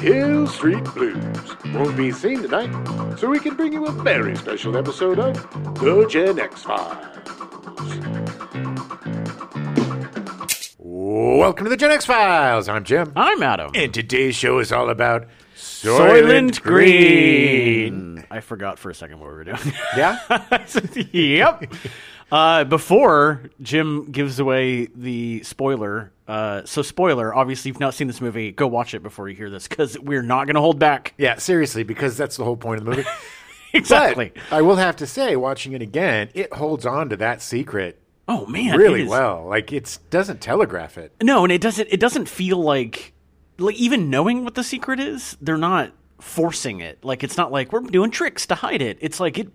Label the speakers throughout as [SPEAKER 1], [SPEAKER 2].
[SPEAKER 1] Hill Street Blues won't be seen tonight, so we can bring you a very special episode of The Gen X Files. Welcome to The Gen X Files. I'm Jim.
[SPEAKER 2] I'm Adam.
[SPEAKER 1] And today's show is all about
[SPEAKER 2] Soylent
[SPEAKER 1] Soylent Green.
[SPEAKER 2] I forgot for a second what we were doing.
[SPEAKER 1] Yeah?
[SPEAKER 2] yep. Uh, before Jim gives away the spoiler, uh, so spoiler, obviously you've not seen this movie, go watch it before you hear this because we're not going to hold back.
[SPEAKER 1] yeah, seriously, because that's the whole point of the movie.
[SPEAKER 2] Exactly.
[SPEAKER 1] But I will have to say, watching it again, it holds on to that secret
[SPEAKER 2] oh man,
[SPEAKER 1] really
[SPEAKER 2] it is-
[SPEAKER 1] well. Like it doesn't telegraph it.
[SPEAKER 2] No, and it doesn't. It doesn't feel like like even knowing what the secret is, they're not forcing it. Like it's not like we're doing tricks to hide it. It's like it.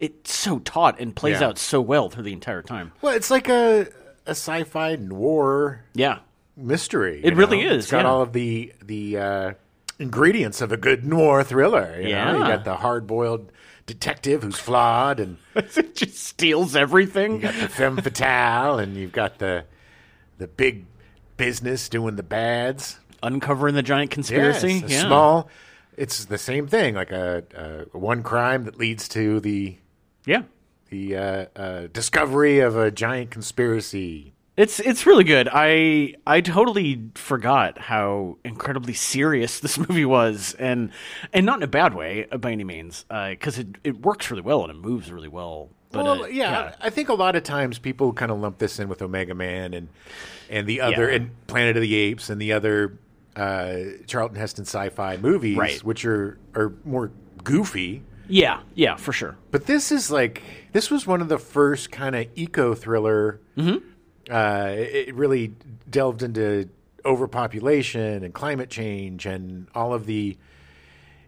[SPEAKER 2] It's so taut and plays
[SPEAKER 1] Yeah.
[SPEAKER 2] out so well through the entire time.
[SPEAKER 1] Well, it's like a a sci-fi noir
[SPEAKER 2] Yeah.
[SPEAKER 1] mystery.
[SPEAKER 2] It
[SPEAKER 1] you
[SPEAKER 2] really
[SPEAKER 1] know?
[SPEAKER 2] is,
[SPEAKER 1] It's got
[SPEAKER 2] yeah.
[SPEAKER 1] all of the the uh, ingredients of a good noir thriller. You know? you
[SPEAKER 2] Yeah.
[SPEAKER 1] got the hard-boiled detective who's flawed, and
[SPEAKER 2] it just steals
[SPEAKER 1] you
[SPEAKER 2] everything.
[SPEAKER 1] got the femme fatale, and you've got the the big business doing the bads.
[SPEAKER 2] Uncovering the giant conspiracy.
[SPEAKER 1] Yes, a
[SPEAKER 2] yeah.
[SPEAKER 1] small. It's the same thing, like a, a one crime that leads to the
[SPEAKER 2] Yeah.
[SPEAKER 1] the uh, uh, discovery of a giant conspiracy.
[SPEAKER 2] It's it's really good. I I totally forgot how incredibly serious this movie was, and and not in a bad way uh, by any means, because it it works really well and it moves really well. But
[SPEAKER 1] well,
[SPEAKER 2] uh,
[SPEAKER 1] yeah, I think a lot of times people kind of lump this in with Omega Man and and the other
[SPEAKER 2] Yeah.
[SPEAKER 1] and Planet of the Apes and the other uh, Charlton Heston sci-fi movies,
[SPEAKER 2] Right.
[SPEAKER 1] which are are more goofy.
[SPEAKER 2] yeah, yeah, for sure.
[SPEAKER 1] But this is like this was one of the first kind of eco thriller.
[SPEAKER 2] Mm-hmm.
[SPEAKER 1] Uh, it it really delved into overpopulation and climate change and all of the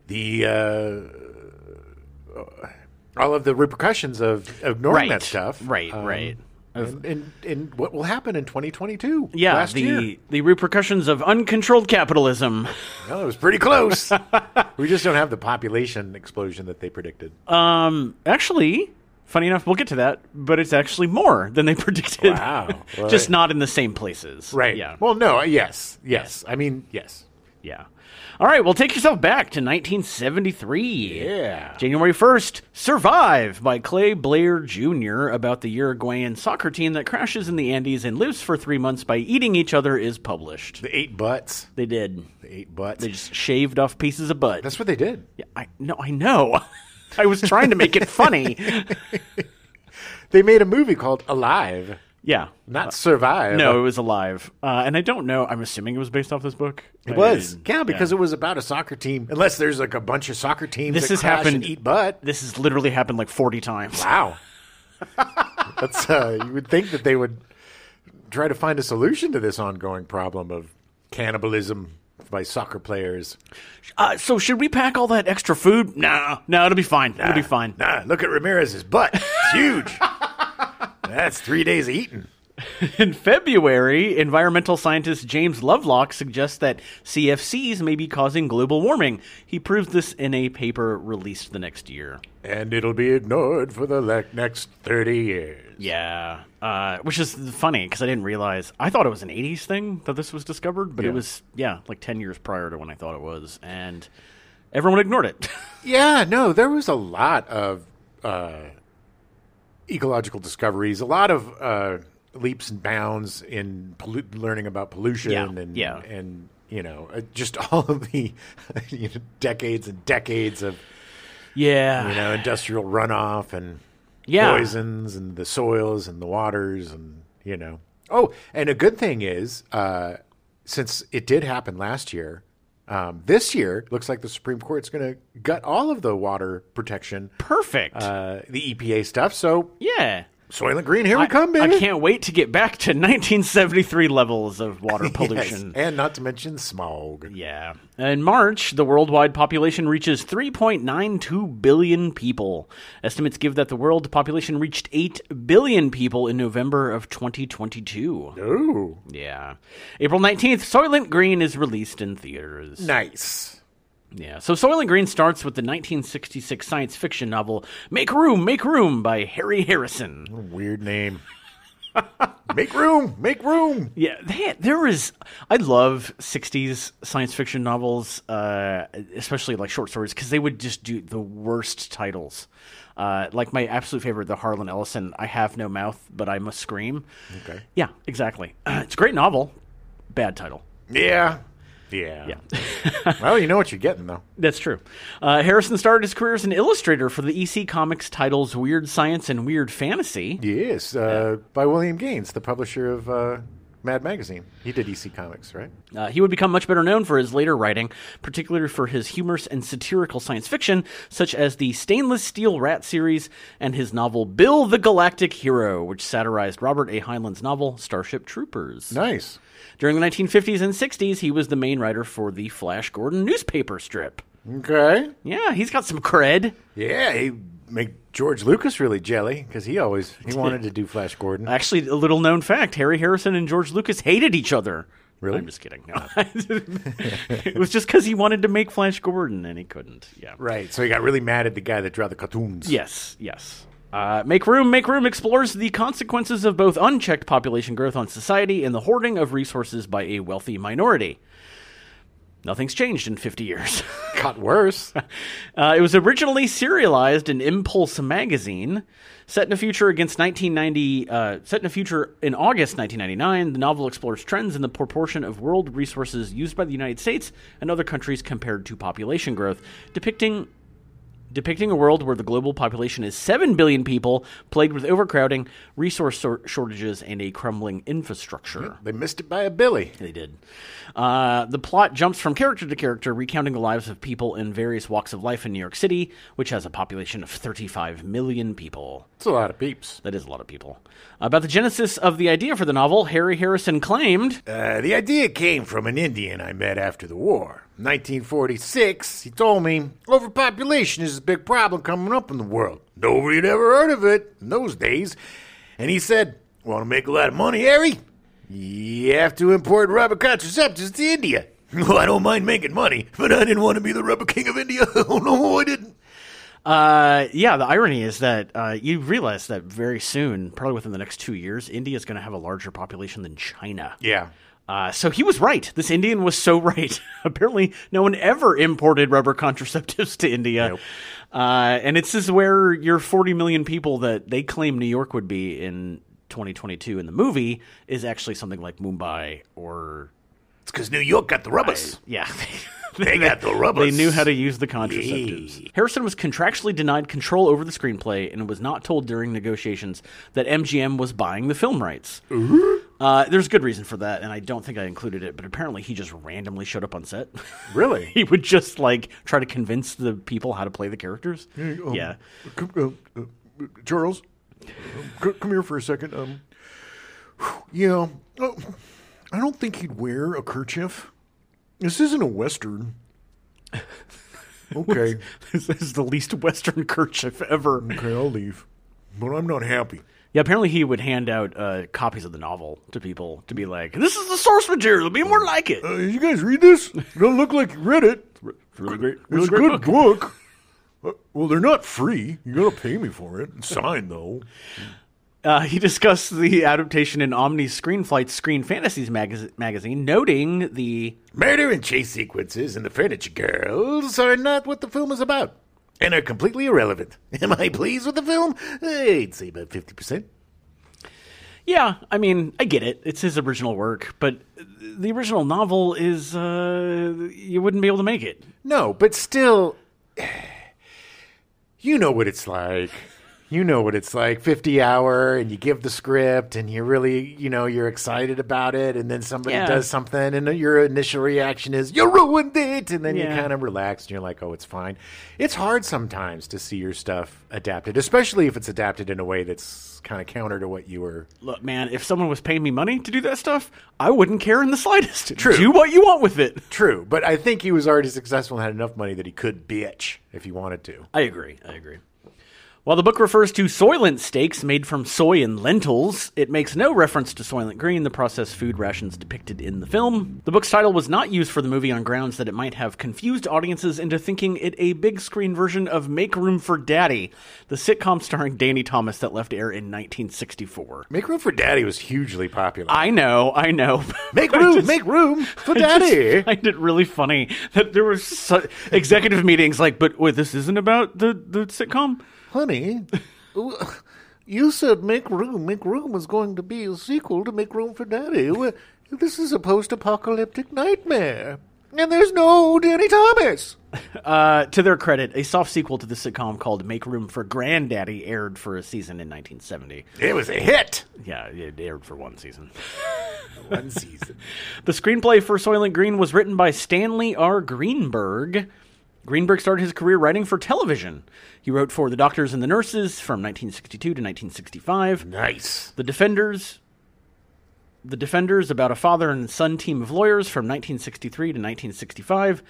[SPEAKER 1] the uh, all of the repercussions of ignoring
[SPEAKER 2] Right,
[SPEAKER 1] that stuff. Uh, Um,
[SPEAKER 2] right, right.
[SPEAKER 1] And, and and what will happen in 2022?
[SPEAKER 2] Yeah,
[SPEAKER 1] last
[SPEAKER 2] the
[SPEAKER 1] year.
[SPEAKER 2] the repercussions of uncontrolled capitalism.
[SPEAKER 1] Well, it was pretty close. we just don't have the population explosion that they predicted.
[SPEAKER 2] Um, actually, funny enough, we'll get to that, but it's actually more than they predicted.
[SPEAKER 1] Wow.
[SPEAKER 2] Just not in the same places.
[SPEAKER 1] Right.
[SPEAKER 2] Yeah.
[SPEAKER 1] Well, no. Yes. Yes. I mean, yes.
[SPEAKER 2] Yeah. All right. Well, take yourself back to 1973.
[SPEAKER 1] Yeah.
[SPEAKER 2] January 1st, Survive by Clay Blair Jr. about the Uruguayan soccer team that crashes in the Andes and lives for three months by eating each other is published.
[SPEAKER 1] The eight butts.
[SPEAKER 2] They did.
[SPEAKER 1] The eight butts.
[SPEAKER 2] They just shaved off pieces of butt.
[SPEAKER 1] That's what they did.
[SPEAKER 2] Yeah, I no, I know. I was trying to make it funny.
[SPEAKER 1] They made a movie called Alive,
[SPEAKER 2] Yeah.
[SPEAKER 1] not Survive.
[SPEAKER 2] Uh, No, it was alive. Uh, and I don't know. I'm assuming it was based off this book.
[SPEAKER 1] It was. Yeah, because it was about a soccer team. Unless there's like a bunch of soccer teams
[SPEAKER 2] This
[SPEAKER 1] that
[SPEAKER 2] has
[SPEAKER 1] crash
[SPEAKER 2] happened-
[SPEAKER 1] and eat butt.
[SPEAKER 2] This has literally happened like 40 times.
[SPEAKER 1] Wow. That's uh, you would think that they would try to find a solution to this ongoing problem of cannibalism by soccer players.
[SPEAKER 2] Uh, so should we pack all that extra food? Nah, no, it'll be fine. It'll be fine.
[SPEAKER 1] Nah, look at Ramirez's butt. It's huge. That's three days of eating.
[SPEAKER 2] In February, environmental scientist James Lovelock suggests that CFCs may be causing global warming. He proves this in a paper released the next year.
[SPEAKER 1] And it'll be ignored for the le- next 30 years.
[SPEAKER 2] Yeah, uh, which is funny because I didn't realize. I thought it was an '80s thing that this was discovered, but
[SPEAKER 1] Yeah.
[SPEAKER 2] it was yeah, like ten years prior to when I thought it was, and everyone ignored it.
[SPEAKER 1] Yeah, no, there was a lot of uh, ecological discoveries, a lot of uh, leaps and bounds in pollu- learning about pollution
[SPEAKER 2] Yeah,
[SPEAKER 1] and
[SPEAKER 2] yeah.
[SPEAKER 1] and you know uh, just all of the you know, decades and decades of
[SPEAKER 2] yeah,
[SPEAKER 1] you know industrial runoff and
[SPEAKER 2] Yeah.
[SPEAKER 1] poisons and the soils and the waters and you know oh and a good thing is uh, since it did happen last year um, this year looks like the supreme court's going to gut all of the water protection
[SPEAKER 2] perfect.
[SPEAKER 1] uh, the epa stuff so
[SPEAKER 2] yeah,
[SPEAKER 1] soylent green here we come
[SPEAKER 2] I
[SPEAKER 1] baby
[SPEAKER 2] can't wait to get back to 1973 levels of water
[SPEAKER 1] Yes,
[SPEAKER 2] pollution.
[SPEAKER 1] and not to mention smog
[SPEAKER 2] Yeah. In March, the worldwide population reaches 3.92 billion people. Estimates give that the world population reached 8 billion people in November of 2022.
[SPEAKER 1] ooh
[SPEAKER 2] Yeah. April 19th, Soylent Green is released in theaters.
[SPEAKER 1] nice
[SPEAKER 2] Yeah. So Soylent Green starts with the 1966 science fiction novel Make Room, Make Room by Harry Harrison.
[SPEAKER 1] weird name make room, make room.
[SPEAKER 2] Yeah, they, there is. I love '60s science fiction novels, uh, especially like short stories, because they would just do the worst titles. Uh, like my absolute favorite, the Harlan Ellison "I Have No Mouth, But I Must Scream."
[SPEAKER 1] Okay.
[SPEAKER 2] Yeah, exactly. Uh, it's a great novel, bad title.
[SPEAKER 1] Yeah. Yeah. well, you know what you're getting though.
[SPEAKER 2] That's true. Uh, Harrison started his career as an illustrator for the EC Comics titles Weird Science and Weird Fantasy.
[SPEAKER 1] Yes, uh, by William Gaines, the publisher of uh, Mad Magazine. He did EC Comics, right?
[SPEAKER 2] Uh, he would become much better known for his later writing, particularly for his humorous and satirical science fiction, such as the Stainless Steel Rat series and his novel Bill the Galactic Hero, which satirized Robert A. Heinlein's novel Starship Troopers.
[SPEAKER 1] Nice.
[SPEAKER 2] During the 1950s and 60s, he was the main writer for the Flash Gordon newspaper strip.
[SPEAKER 1] Okay.
[SPEAKER 2] Yeah, he's got some cred.
[SPEAKER 1] Yeah, he make George Lucas really jelly because he always he wanted to do Flash Gordon.
[SPEAKER 2] Actually, a little known fact Harry Harrison and George Lucas hated each other.
[SPEAKER 1] Really?
[SPEAKER 2] I'm just kidding. No. it was just because he wanted to make Flash Gordon and he couldn't. Yeah.
[SPEAKER 1] Right. So he got really mad at the guy that drew the cartoons.
[SPEAKER 2] Yes, yes. Uh, Make Room, Make Room explores the consequences of both unchecked population growth on society and the hoarding of resources by a wealthy minority. Nothing's changed in 50 years.
[SPEAKER 1] Got worse.
[SPEAKER 2] Uh, it was originally serialized in Impulse magazine, set in a future against 1990. Uh, set in a future in August 1999, the novel explores trends in the proportion of world resources used by the United States and other countries compared to population growth, depicting depicting a world where the global population is 7 billion people, plagued with overcrowding, resource sor- shortages, and a crumbling infrastructure.
[SPEAKER 1] they missed it by a billy.
[SPEAKER 2] They did. Uh, the plot jumps from character to character, recounting the lives of people in various walks of life in New York City, which has a population of 35 million people.
[SPEAKER 1] It's a lot of peeps.
[SPEAKER 2] That is a lot of people. About the genesis of the idea for the novel, Harry Harrison claimed
[SPEAKER 1] Uh, the idea came from an Indian I met after the war. 1946, he told me, overpopulation is a big problem coming up in the world. Nobody had ever heard of it in those days. And he said, Want to make a lot of money, Harry? You have to import rubber contraceptives to India. Well, I don't mind making money, but I didn't want to be the rubber king of India. oh, no, I didn't.
[SPEAKER 2] Uh, yeah, the irony is that uh, you realize that very soon, probably within the next two years, India is going to have a larger population than China.
[SPEAKER 1] Yeah.
[SPEAKER 2] Uh, so he was right. This Indian was so right. Apparently, no one ever imported rubber contraceptives to India.
[SPEAKER 1] Nope.
[SPEAKER 2] Uh, and this is where your 40 million people that they claim New York would be in 2022 in the movie is actually something like Mumbai or.
[SPEAKER 1] It's because New York got the rubbers.
[SPEAKER 2] Yeah.
[SPEAKER 1] They got the rubbers.
[SPEAKER 2] They knew how to use the contraceptives. Harrison was contractually denied control over the screenplay and was not told during negotiations that MGM was buying the film rights. Uh, there's good reason for that, and I don't think I included it, but apparently he just randomly showed up on set.
[SPEAKER 1] Really?
[SPEAKER 2] he would just like try to convince the people how to play the characters.
[SPEAKER 1] um,
[SPEAKER 2] yeah.
[SPEAKER 1] C- uh, uh, Charles, c- come here for a second. Um, you know, oh, I don't think he'd wear a kerchief. This isn't a western. Okay,
[SPEAKER 2] this is the least Western kerchief ever.
[SPEAKER 1] okay, I'll leave, but I'm not happy.
[SPEAKER 2] Yeah, apparently he would hand out uh, copies of the novel to people to be like, this is the source material, be more like it.
[SPEAKER 1] Uh, you guys read this? It don't look like you read it. It's
[SPEAKER 2] really great-
[SPEAKER 1] It's
[SPEAKER 2] really
[SPEAKER 1] a
[SPEAKER 2] great
[SPEAKER 1] good book. Uh, well, they're not free. You gotta pay me for it. It's signed though.
[SPEAKER 2] Uh, he discussed the adaptation in Omni's Screen Flight's Screen Fantasies magaz- magazine, noting the
[SPEAKER 1] Murder and chase sequences and the furniture girls are not what the film is about and are completely irrelevant. Am I pleased with the film? I'd say about 50%.
[SPEAKER 2] yeah. I mean, I get it; it's his original work, but the original novel is uh, you wouldn't be able to make it.
[SPEAKER 1] No, but still, you know what it's like. You know what it's like 50 hour, and you give the script, and you really, you know, you're excited about it, and then somebody
[SPEAKER 2] Yeah.
[SPEAKER 1] does something, and your initial reaction is, You ruined it! And then
[SPEAKER 2] Yeah.
[SPEAKER 1] you kind of relax, and you're like, Oh, it's fine. It's hard sometimes to see your stuff adapted, especially if it's adapted in a way that's kind of counter to what you were.
[SPEAKER 2] Look, man, if someone was paying me money to do that stuff, I wouldn't care in the slightest.
[SPEAKER 1] True.
[SPEAKER 2] Do what you want with it.
[SPEAKER 1] True, but I think he was already successful and had enough money that he could bitch if he wanted to.
[SPEAKER 2] I agree. I agree. While the book refers to soylent steaks made from soy and lentils, it makes no reference to soylent green, the processed food rations depicted in the film. The book's title was not used for the movie on grounds that it might have confused audiences into thinking it a big screen version of Make Room for Daddy, the sitcom starring Danny Thomas that left air in 1964.
[SPEAKER 1] Make room for daddy was hugely popular.
[SPEAKER 2] I know, I know.
[SPEAKER 1] make room, make room for
[SPEAKER 2] I
[SPEAKER 1] daddy.
[SPEAKER 2] just find it really funny that there were su- executive meetings like, but wait, this isn't about the, the sitcom?
[SPEAKER 1] Honey, w- you said Make Room. Make Room was going to be a sequel to Make Room for Daddy. W- This is a post apocalyptic nightmare. And there's no Danny Thomas.
[SPEAKER 2] Uh, to their credit, a soft sequel to the sitcom called Make Room for Granddaddy aired for a season in 1970.
[SPEAKER 1] It was a hit.
[SPEAKER 2] Yeah, it aired for one season.
[SPEAKER 1] One season.
[SPEAKER 2] The screenplay for Soylent Green was written by Stanley R. Greenberg. Greenberg started his career writing for television. He wrote for The Doctors and the Nurses from 1962 to 1965,
[SPEAKER 1] nice.
[SPEAKER 2] The Defenders, The Defenders about a father and son team of lawyers from 1963 to 1965,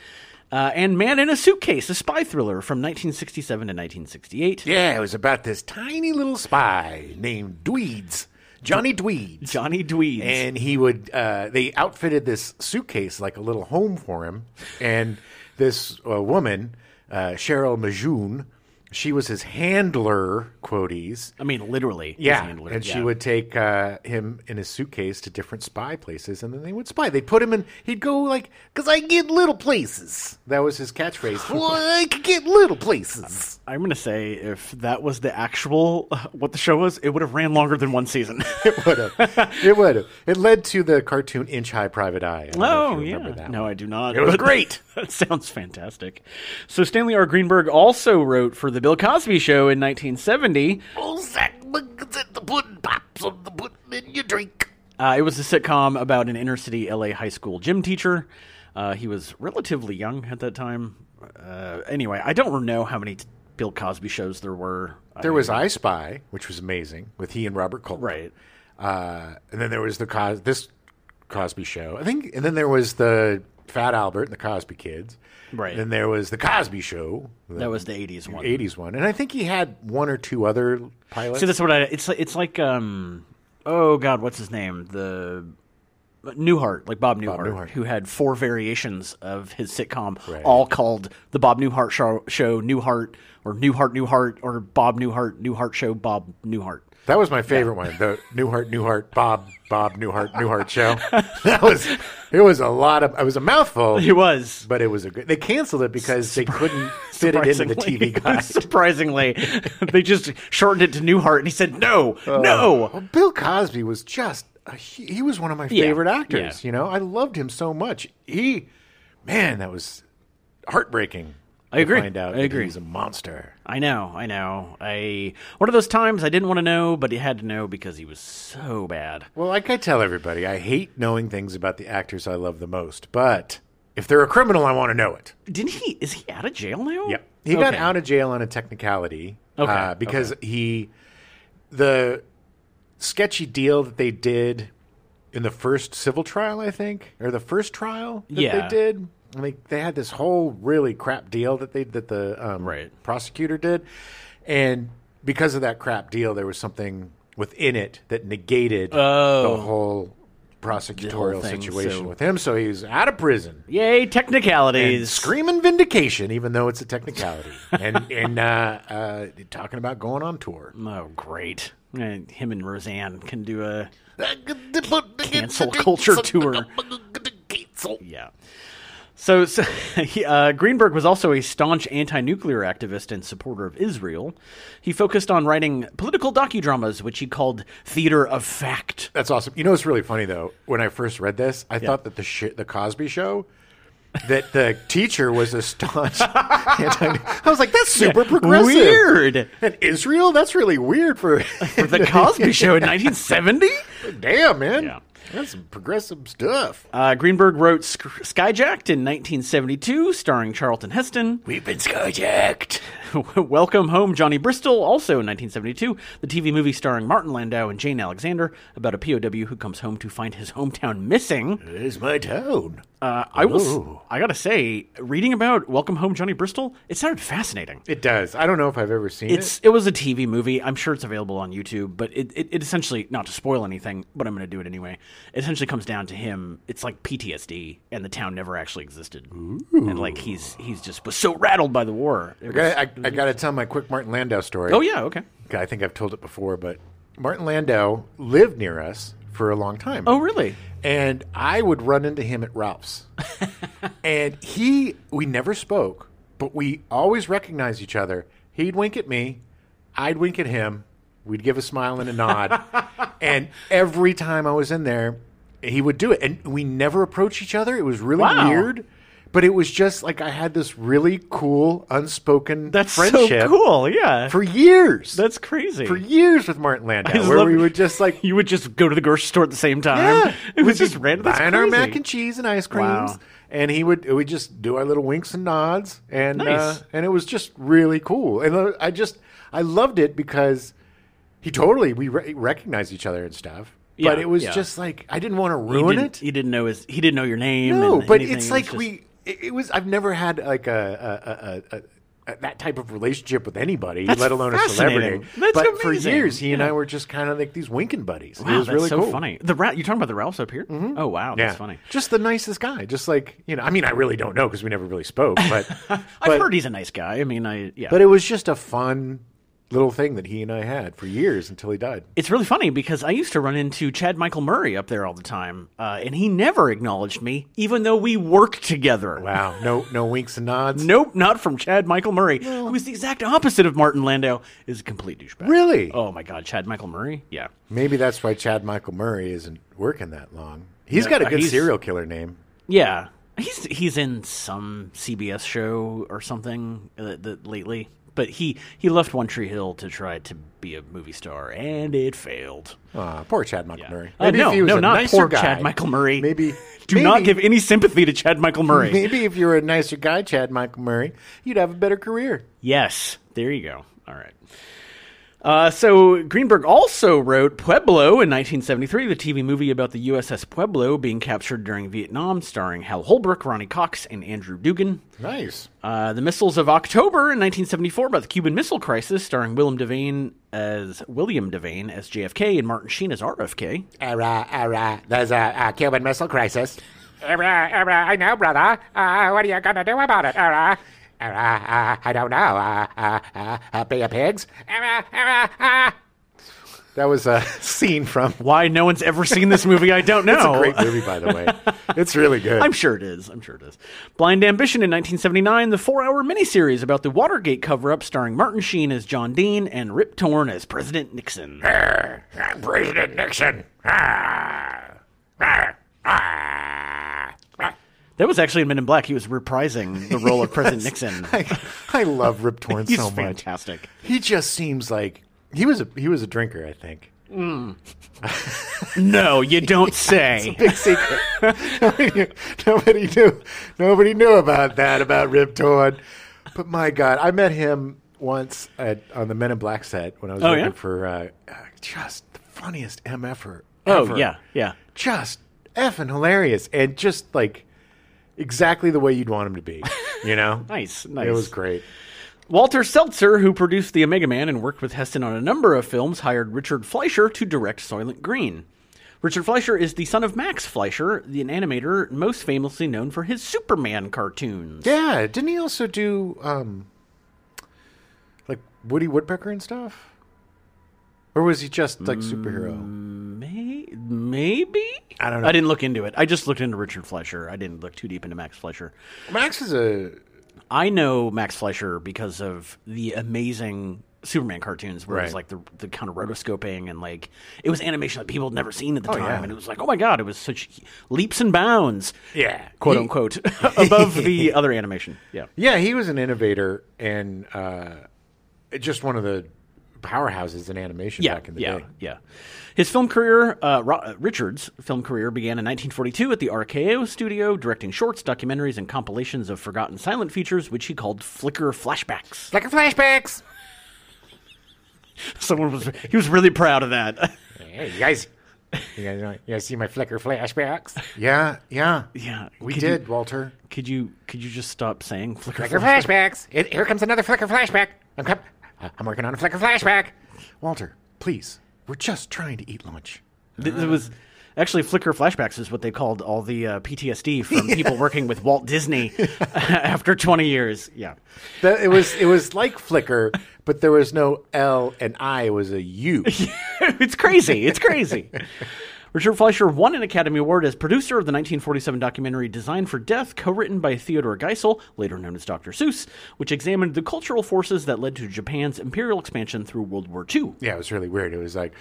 [SPEAKER 2] uh, and Man in a Suitcase, a spy thriller from 1967 to 1968.
[SPEAKER 1] Yeah, it was about this tiny little spy named Dweeds, Johnny Dweeds.
[SPEAKER 2] Johnny Dweeds.
[SPEAKER 1] and he would uh, they outfitted this suitcase like a little home for him and this uh, woman uh, cheryl majoon she was his handler quotes
[SPEAKER 2] I mean, literally. his
[SPEAKER 1] yeah
[SPEAKER 2] handler,
[SPEAKER 1] and she
[SPEAKER 2] yeah.
[SPEAKER 1] would take uh, him in his suitcase to different spy places and then they would spy they'd put him in he'd go like because i get little places that was his catchphrase well, i could get little places
[SPEAKER 2] I'm gonna say if that was the actual uh, what the show was, it would have ran longer than one season.
[SPEAKER 1] would have it would have it led to the cartoon inch high private eye I don't know if you remember that
[SPEAKER 2] Oh, no, I do not.
[SPEAKER 1] It was
[SPEAKER 2] but
[SPEAKER 1] great.
[SPEAKER 2] that sounds fantastic. So Stanley R. Greenberg also wrote for the Bill Cosby Show in 1970.
[SPEAKER 1] Oh, Zach, the pudding pops on the pudding in your drink.
[SPEAKER 2] Uh, it was a sitcom about an inner city LA high school gym teacher. Uh, he was relatively young at that time. Uh, anyway, I don't know how many t- Bill Cosby shows there were. Uh,
[SPEAKER 1] There was I Spy, which was amazing, with he and Robert Culp.
[SPEAKER 2] right.
[SPEAKER 1] Uh, and then there was the Cos- this Cosby Show, I think. And then there was the Fat Albert and the Cosby Kids.
[SPEAKER 2] Right.
[SPEAKER 1] Then there was the Cosby Show, the
[SPEAKER 2] That was the 80s one.
[SPEAKER 1] 80s one. And I think he had one or two other pilots.
[SPEAKER 2] See, that's what I. It's like it's like um. Oh God, what's his name? The Newhart, like Bob Newhart,
[SPEAKER 1] Newhart.
[SPEAKER 2] who had four variations of his sitcom,
[SPEAKER 1] Right.
[SPEAKER 2] all called the Bob Newhart Show, show Newhart, or Newhart Newhart, or Bob Newhart Newhart Show, Bob Newhart.
[SPEAKER 1] that was my favorite one, the Newhart, Newhart, Bob, Bob, Newhart, Newhart Show. that was, it was a lot of, it was a mouthful.
[SPEAKER 2] He was
[SPEAKER 1] But it was a good. They canceled it because they couldn't fit it into the
[SPEAKER 2] surprisingly-
[SPEAKER 1] TV guide.
[SPEAKER 2] surprisingly, they just shortened it to Newhart, and he said, "No,
[SPEAKER 1] Oh.
[SPEAKER 2] no."
[SPEAKER 1] Well, Bill Cosby was just a, hu- he was one of my favorite actors.
[SPEAKER 2] yeah.
[SPEAKER 1] You know, I loved him so much. He, man, that was heartbreaking.
[SPEAKER 2] I agree.
[SPEAKER 1] To find out
[SPEAKER 2] I
[SPEAKER 1] that
[SPEAKER 2] agree.
[SPEAKER 1] He's a monster.
[SPEAKER 2] I know, I know. I one of those times I didn't want to know, but he had to know because he was so bad.
[SPEAKER 1] Well, like I tell everybody, I hate knowing things about the actors I love the most. But if they're a criminal, I want to know it.
[SPEAKER 2] Didn't he? Is he out of jail now?
[SPEAKER 1] Yep. He got
[SPEAKER 2] Okay.
[SPEAKER 1] out of jail on a technicality
[SPEAKER 2] Okay,
[SPEAKER 1] uh, because he the sketchy deal that they did in the first civil trial, I think, or the first trial that
[SPEAKER 2] Yeah.
[SPEAKER 1] they did. And they they had this whole really crap deal that they that the um,
[SPEAKER 2] Right.
[SPEAKER 1] prosecutor did, and because of that crap deal, there was something within it that negated
[SPEAKER 2] Oh.
[SPEAKER 1] the whole prosecutorial
[SPEAKER 2] thing,
[SPEAKER 1] situation
[SPEAKER 2] so-
[SPEAKER 1] with him. So he was out of prison
[SPEAKER 2] Yay,
[SPEAKER 1] and
[SPEAKER 2] technicalities.
[SPEAKER 1] screaming vindication, even though it's a technicality, and and uh, uh, talking about going on tour.
[SPEAKER 2] oh, great. Uh, Him and Roseanne can do a.
[SPEAKER 1] Cancel
[SPEAKER 2] culture tour. Yeah. So, so he, uh, Greenberg was also a staunch anti nuclear activist and supporter of Israel. He focused on writing political docudramas, which he called theater of fact.
[SPEAKER 1] That's awesome. You know what's really funny though? When I first read this, I thought that the sh- the Cosby Show. That the teacher was a staunch. anti- I was like, "That's super progressive."
[SPEAKER 2] Weird.
[SPEAKER 1] And Israel, that's really weird for.
[SPEAKER 2] For the Cosby Show in 1970?
[SPEAKER 1] Damn, man,
[SPEAKER 2] Yeah.
[SPEAKER 1] that's some progressive stuff.
[SPEAKER 2] Uh, Greenberg wrote Sk- Skyjacked in 1972, starring Charlton Heston.
[SPEAKER 1] We've been skyjacked.
[SPEAKER 2] Welcome Home, Johnny Bristol, also in 1972, the TV movie starring Martin Landau and Jane Alexander about a POW who comes home to find his hometown missing.
[SPEAKER 1] There's my town.
[SPEAKER 2] Uh, I will. s-
[SPEAKER 1] Ooh.
[SPEAKER 2] I gotta say, reading about Welcome Home, Johnny Bristol, it sounded fascinating.
[SPEAKER 1] It does. I don't know if I've ever seen
[SPEAKER 2] It's it was a TV movie. I'm sure it's available on YouTube, but it, it, it essentially not to spoil anything, but I'm going to do it anyway. It essentially comes down to him. It's like PTSD, and the town never actually existed, and like he's he's just was so rattled by the war. It
[SPEAKER 1] it. I,
[SPEAKER 2] was-
[SPEAKER 1] I, I got to tell my quick Martin Landau story.
[SPEAKER 2] oh yeah, okay.
[SPEAKER 1] I think I've told it before, but Martin Landau lived near us for a long time.
[SPEAKER 2] Oh really?
[SPEAKER 1] and I would run into him at Ralph's. and he, we never spoke, but we always recognized each other. He'd wink at me, I'd wink at him. We'd give a smile and a nod. and every time I was in there, he would do it. And we never approached each other. It was really
[SPEAKER 2] Wow.
[SPEAKER 1] weird. But it was just like I had this really cool, unspoken
[SPEAKER 2] That's
[SPEAKER 1] friendship
[SPEAKER 2] so cool. Yeah,
[SPEAKER 1] for years.
[SPEAKER 2] that's crazy.
[SPEAKER 1] for years with Martin Landau,
[SPEAKER 2] just
[SPEAKER 1] where
[SPEAKER 2] love-
[SPEAKER 1] we would just like
[SPEAKER 2] you would just go to the grocery store at the same time.
[SPEAKER 1] yeah,
[SPEAKER 2] it was
[SPEAKER 1] We'd
[SPEAKER 2] just
[SPEAKER 1] be
[SPEAKER 2] random. That's
[SPEAKER 1] buying our
[SPEAKER 2] crazy.
[SPEAKER 1] mac and cheese and ice creams,
[SPEAKER 2] Wow.
[SPEAKER 1] and he would we just do our little winks and nods, and
[SPEAKER 2] Nice.
[SPEAKER 1] uh, and it was just really cool. And uh, I just I loved it because he totally we re- recognized each other and stuff. but
[SPEAKER 2] Yeah,
[SPEAKER 1] it was
[SPEAKER 2] yeah.
[SPEAKER 1] just like I didn't want to
[SPEAKER 2] He
[SPEAKER 1] ruin
[SPEAKER 2] didn't,
[SPEAKER 1] it.
[SPEAKER 2] he didn't know his. He didn't know your name.
[SPEAKER 1] No,
[SPEAKER 2] and
[SPEAKER 1] but
[SPEAKER 2] anything.
[SPEAKER 1] it's
[SPEAKER 2] It was
[SPEAKER 1] like
[SPEAKER 2] just-
[SPEAKER 1] we it, it was I've never had like a a. a, a, a that type of relationship with anybody,
[SPEAKER 2] That's
[SPEAKER 1] let alone a
[SPEAKER 2] fascinating.
[SPEAKER 1] celebrity.
[SPEAKER 2] That's
[SPEAKER 1] but for
[SPEAKER 2] amazing.
[SPEAKER 1] years, he and I were just kind of like these winking buddies.
[SPEAKER 2] Wow,
[SPEAKER 1] it was
[SPEAKER 2] that's
[SPEAKER 1] really
[SPEAKER 2] so
[SPEAKER 1] cool. Mm-hmm.
[SPEAKER 2] funny. The rat. You talking about the Ralphs up here? Oh wow, that's funny.
[SPEAKER 1] Just the nicest guy. Just like you know. I mean, I really don't know because we never really spoke, but
[SPEAKER 2] I've
[SPEAKER 1] but,
[SPEAKER 2] heard he's a nice guy. I mean, I yeah.
[SPEAKER 1] but it was just a fun little thing that he and I had for years until he died.
[SPEAKER 2] it's really funny because I used to run into Chad Michael Murray up there all the time, uh, and he never acknowledged me, even though we worked together.
[SPEAKER 1] Wow. No, no winks and nods.
[SPEAKER 2] Nope, not from Chad Michael Murray, who is the exact opposite of Martin Landau. Is a complete douchebag.
[SPEAKER 1] Really?
[SPEAKER 2] Oh my God, Chad Michael Murray? Yeah.
[SPEAKER 1] Maybe that's why Chad Michael Murray isn't working that long. He's
[SPEAKER 2] No,
[SPEAKER 1] got a
[SPEAKER 2] uh,
[SPEAKER 1] good
[SPEAKER 2] he's-
[SPEAKER 1] serial killer name.
[SPEAKER 2] Yeah, he's he's in some CBS show or something uh, that lately. But he he left One Tree Hill to try to be a movie star, and it failed.
[SPEAKER 1] Aw, poor Chad Michael Murray.
[SPEAKER 2] Uh, no,
[SPEAKER 1] if he was
[SPEAKER 2] no,
[SPEAKER 1] a
[SPEAKER 2] not
[SPEAKER 1] nicer
[SPEAKER 2] poor
[SPEAKER 1] guy,
[SPEAKER 2] Chad Michael Murray.
[SPEAKER 1] Maybe
[SPEAKER 2] Do not
[SPEAKER 1] maybe-
[SPEAKER 2] give any sympathy to Chad Michael Murray.
[SPEAKER 1] Maybe if you were a nicer guy, Chad Michael Murray, you'd have a better career.
[SPEAKER 2] Yes, there you go. All right. Uh, so Greenberg also wrote Pueblo in 1973, the TV movie about the USS Pueblo being captured during Vietnam, starring Hal Holbrook, Ronnie Cox, and Andrew Dugan.
[SPEAKER 1] Nice.
[SPEAKER 2] Uh, the Missiles of October in 1974 about the Cuban Missile Crisis, starring Willem Devane as William Devane as JFK and Martin Sheen as RFK.
[SPEAKER 1] Era, era. There's a, a Cuban Missile Crisis.
[SPEAKER 3] Era, era, I know, brother. Uh, what are you gonna do about it, Era?
[SPEAKER 1] Uh, I don't know. Uh, uh, uh, uh, Bay Pigs.
[SPEAKER 3] Era, era, ah.
[SPEAKER 1] That was a scene from.
[SPEAKER 2] Why no one's ever seen this movie, I don't know.
[SPEAKER 1] It's a
[SPEAKER 3] Oh.
[SPEAKER 1] great movie, by the way. It's really good.
[SPEAKER 2] I'm sure it is. I'm sure it is. Blind Ambition in 1979, the four hour miniseries about the Watergate cover up starring Martin Sheen as John Dean and Rip Torn as President Nixon.
[SPEAKER 3] I'm President Nixon. Ah. Ah. Ah. Ah.
[SPEAKER 2] That was actually in Men in Black. He was reprising the role of President Nixon.
[SPEAKER 1] I, I love Rip Torn
[SPEAKER 2] He's
[SPEAKER 1] so much.
[SPEAKER 2] fantastic.
[SPEAKER 1] He just seems like he was a he was a drinker. I think.
[SPEAKER 2] No, you don't say.
[SPEAKER 1] Big secret. nobody, knew, nobody knew. Nobody knew about that about Rip Torn. But my God, I met him once at, on the Men in Black set when I was
[SPEAKER 2] Oh,
[SPEAKER 1] working
[SPEAKER 2] yeah?
[SPEAKER 1] for uh, uh, just the funniest mf'er.
[SPEAKER 2] Oh,
[SPEAKER 1] ever.
[SPEAKER 2] yeah, yeah.
[SPEAKER 1] just effing hilarious and just like exactly the way you'd want him to be. You know,
[SPEAKER 2] Nice, nice.
[SPEAKER 1] It was great.
[SPEAKER 2] Walter Seltzer, who produced The Omega Man and worked with Heston on a number of films, hired Richard Fleischer to direct Soylent Green. Richard Fleischer is the son of Max Fleischer, the- an animator most famously known for his Superman cartoons.
[SPEAKER 1] Yeah, didn't he also do um like Woody Woodpecker and stuff? Or was he just like superhero?
[SPEAKER 2] May- maybe?
[SPEAKER 1] I don't know.
[SPEAKER 2] I didn't look into it. I just looked into Richard Fleischer. I didn't look too deep into Max Fleischer.
[SPEAKER 1] Max is a
[SPEAKER 2] I know Max Fleischer because of the amazing Superman cartoons where it was
[SPEAKER 1] Right.
[SPEAKER 2] like the, the kind of rotoscoping and like it was animation that people had never seen at the time.
[SPEAKER 1] yeah.
[SPEAKER 2] And it was like, oh my God, it was such leaps and bounds.
[SPEAKER 1] Yeah.
[SPEAKER 2] Quote
[SPEAKER 1] He-
[SPEAKER 2] unquote. above the other animation. Yeah.
[SPEAKER 1] yeah, he was an innovator and uh just one of the powerhouses in animation
[SPEAKER 2] Yeah,
[SPEAKER 1] back in the
[SPEAKER 2] yeah,
[SPEAKER 1] day.
[SPEAKER 2] yeah. His film career, uh, Ro- uh, Richards' film career, began in 1942 at the RKO studio, directing shorts, documentaries, and compilations of forgotten silent features, which he called Flickr flashbacks.
[SPEAKER 3] Like a flashbacks.
[SPEAKER 2] Someone was he was really proud of that.
[SPEAKER 3] Hey, you guys, You guys, know- you guys see my flicker flashbacks?
[SPEAKER 1] Yeah, yeah.
[SPEAKER 2] Yeah,
[SPEAKER 1] We
[SPEAKER 2] could
[SPEAKER 1] did,
[SPEAKER 2] You,
[SPEAKER 1] Walter.
[SPEAKER 2] could you could you just stop saying flicker?
[SPEAKER 3] Flicker
[SPEAKER 2] flash?
[SPEAKER 3] flashbacks. It, here comes another flicker flashback. I'm, com- I'm working on a flicker flashback.
[SPEAKER 1] Walter, please. We're just trying to eat lunch.
[SPEAKER 2] Th- It was actually flicker flashbacks is what they called all the uh, PTSD from people working with Walt Disney after 20 years. Yeah.
[SPEAKER 1] That, it was it was like Flickr, but there was no L and I. It was a U.
[SPEAKER 2] it's crazy. It's crazy. Richard Fleischer won an Academy Award as producer of the 1947 documentary Design for Death, co written by Theodore Geisel, later known as Dr. Seuss, which examined the cultural forces that led to Japan's imperial expansion through World War II.
[SPEAKER 1] Yeah, it was really weird. It was like,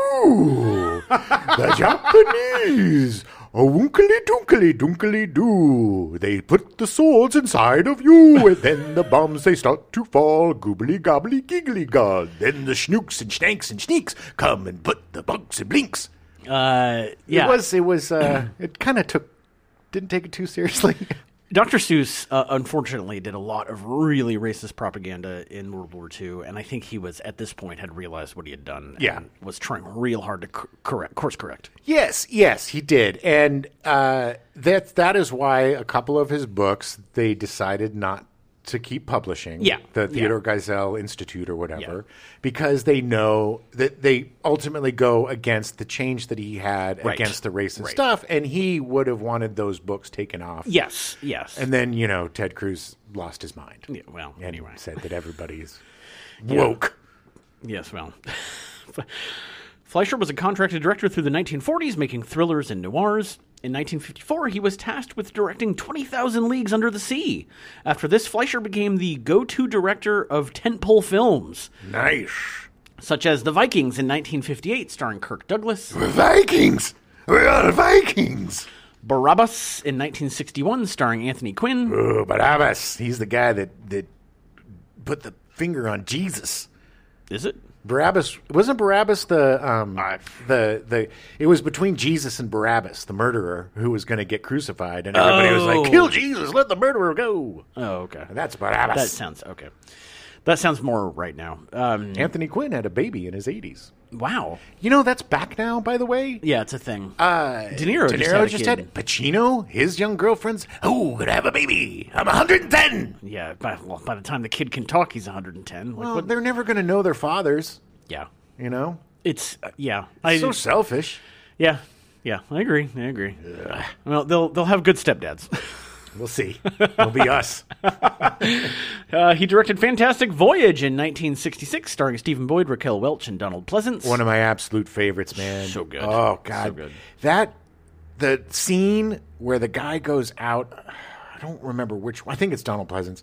[SPEAKER 1] ooh, the Japanese, a wunkily dunkily dunkily doo. They put the swords inside of you, and then the bombs they start to fall, goobly gobbly giggly god. Then the snooks and snakes and sneaks come and put the bugs and blinks.
[SPEAKER 2] Uh, yeah.
[SPEAKER 1] It was it was uh, it kind of took didn't take it too seriously.
[SPEAKER 2] Dr. Seuss, uh, unfortunately, did a lot of really racist propaganda in World War II, and I think he was at this point had realized what he had done.
[SPEAKER 1] Yeah.
[SPEAKER 2] and was trying real hard to cor- correct course correct.
[SPEAKER 1] Yes, yes, he did, and uh, that that is why a couple of his books they decided not to keep publishing.
[SPEAKER 2] Yeah,
[SPEAKER 1] the Theodore Geisel Institute or whatever, because they know that they ultimately go against the change that he had
[SPEAKER 2] Right.
[SPEAKER 1] against the racist
[SPEAKER 2] Right.
[SPEAKER 1] stuff, and he would have wanted those books taken off.
[SPEAKER 2] Yes, yes.
[SPEAKER 1] and then you know Ted Cruz lost his mind.
[SPEAKER 2] Yeah, well,
[SPEAKER 1] and
[SPEAKER 2] anyway.
[SPEAKER 1] said that everybody's woke.
[SPEAKER 2] Yes, well. Fleischer was a contracted director through the 1940s, making thrillers and noirs. In 1954, he was tasked with directing 20,000 Leagues Under the Sea. After this, Fleischer became the go to director of tentpole films,
[SPEAKER 1] Nice
[SPEAKER 2] such as The Vikings in 1958, starring Kirk Douglas,
[SPEAKER 1] We're Vikings. We are Vikings.
[SPEAKER 2] Barabbas in 1961, starring Anthony Quinn,
[SPEAKER 1] Oh, Barabbas. He's the guy that that put the finger on Jesus.
[SPEAKER 2] is it?
[SPEAKER 1] Barabbas wasn't Barabbas the um the the it was between Jesus and Barabbas, the murderer who was going to get crucified, and everybody was
[SPEAKER 2] Oh.
[SPEAKER 1] like, "Kill Jesus, let the murderer go."
[SPEAKER 2] Oh, okay.
[SPEAKER 1] And that's
[SPEAKER 2] That
[SPEAKER 1] Barabbas.
[SPEAKER 2] sounds okay. That sounds more right now. Um,
[SPEAKER 1] Anthony Quinn had a baby in his eighties.
[SPEAKER 2] wow.
[SPEAKER 1] You know that's back now, by the way.
[SPEAKER 2] Yeah, it's a thing.
[SPEAKER 1] Uh,
[SPEAKER 2] De Niro just had a kid.
[SPEAKER 1] Pacino, his young girlfriend's. Oh, gonna have a baby. I'm 110.
[SPEAKER 2] Yeah, by, well, by the time the kid can talk, he's 110. Like,
[SPEAKER 1] Well,
[SPEAKER 2] what?
[SPEAKER 1] they're never gonna know their fathers.
[SPEAKER 2] Yeah,
[SPEAKER 1] You know,
[SPEAKER 2] it's uh, yeah. I
[SPEAKER 1] so selfish.
[SPEAKER 2] yeah, yeah. I agree. I agree. Well, they'll they'll have good stepdads.
[SPEAKER 1] We'll see. It'll be us.
[SPEAKER 2] Uh, he directed Fantastic Voyage in 1966, starring Stephen Boyd, Raquel Welch, and Donald Pleasance.
[SPEAKER 1] One of my absolute favorites, man.
[SPEAKER 2] So good.
[SPEAKER 1] Oh God,
[SPEAKER 2] So good.
[SPEAKER 1] that the scene where the guy goes out. I don't remember which. one. I think it's Donald Pleasance.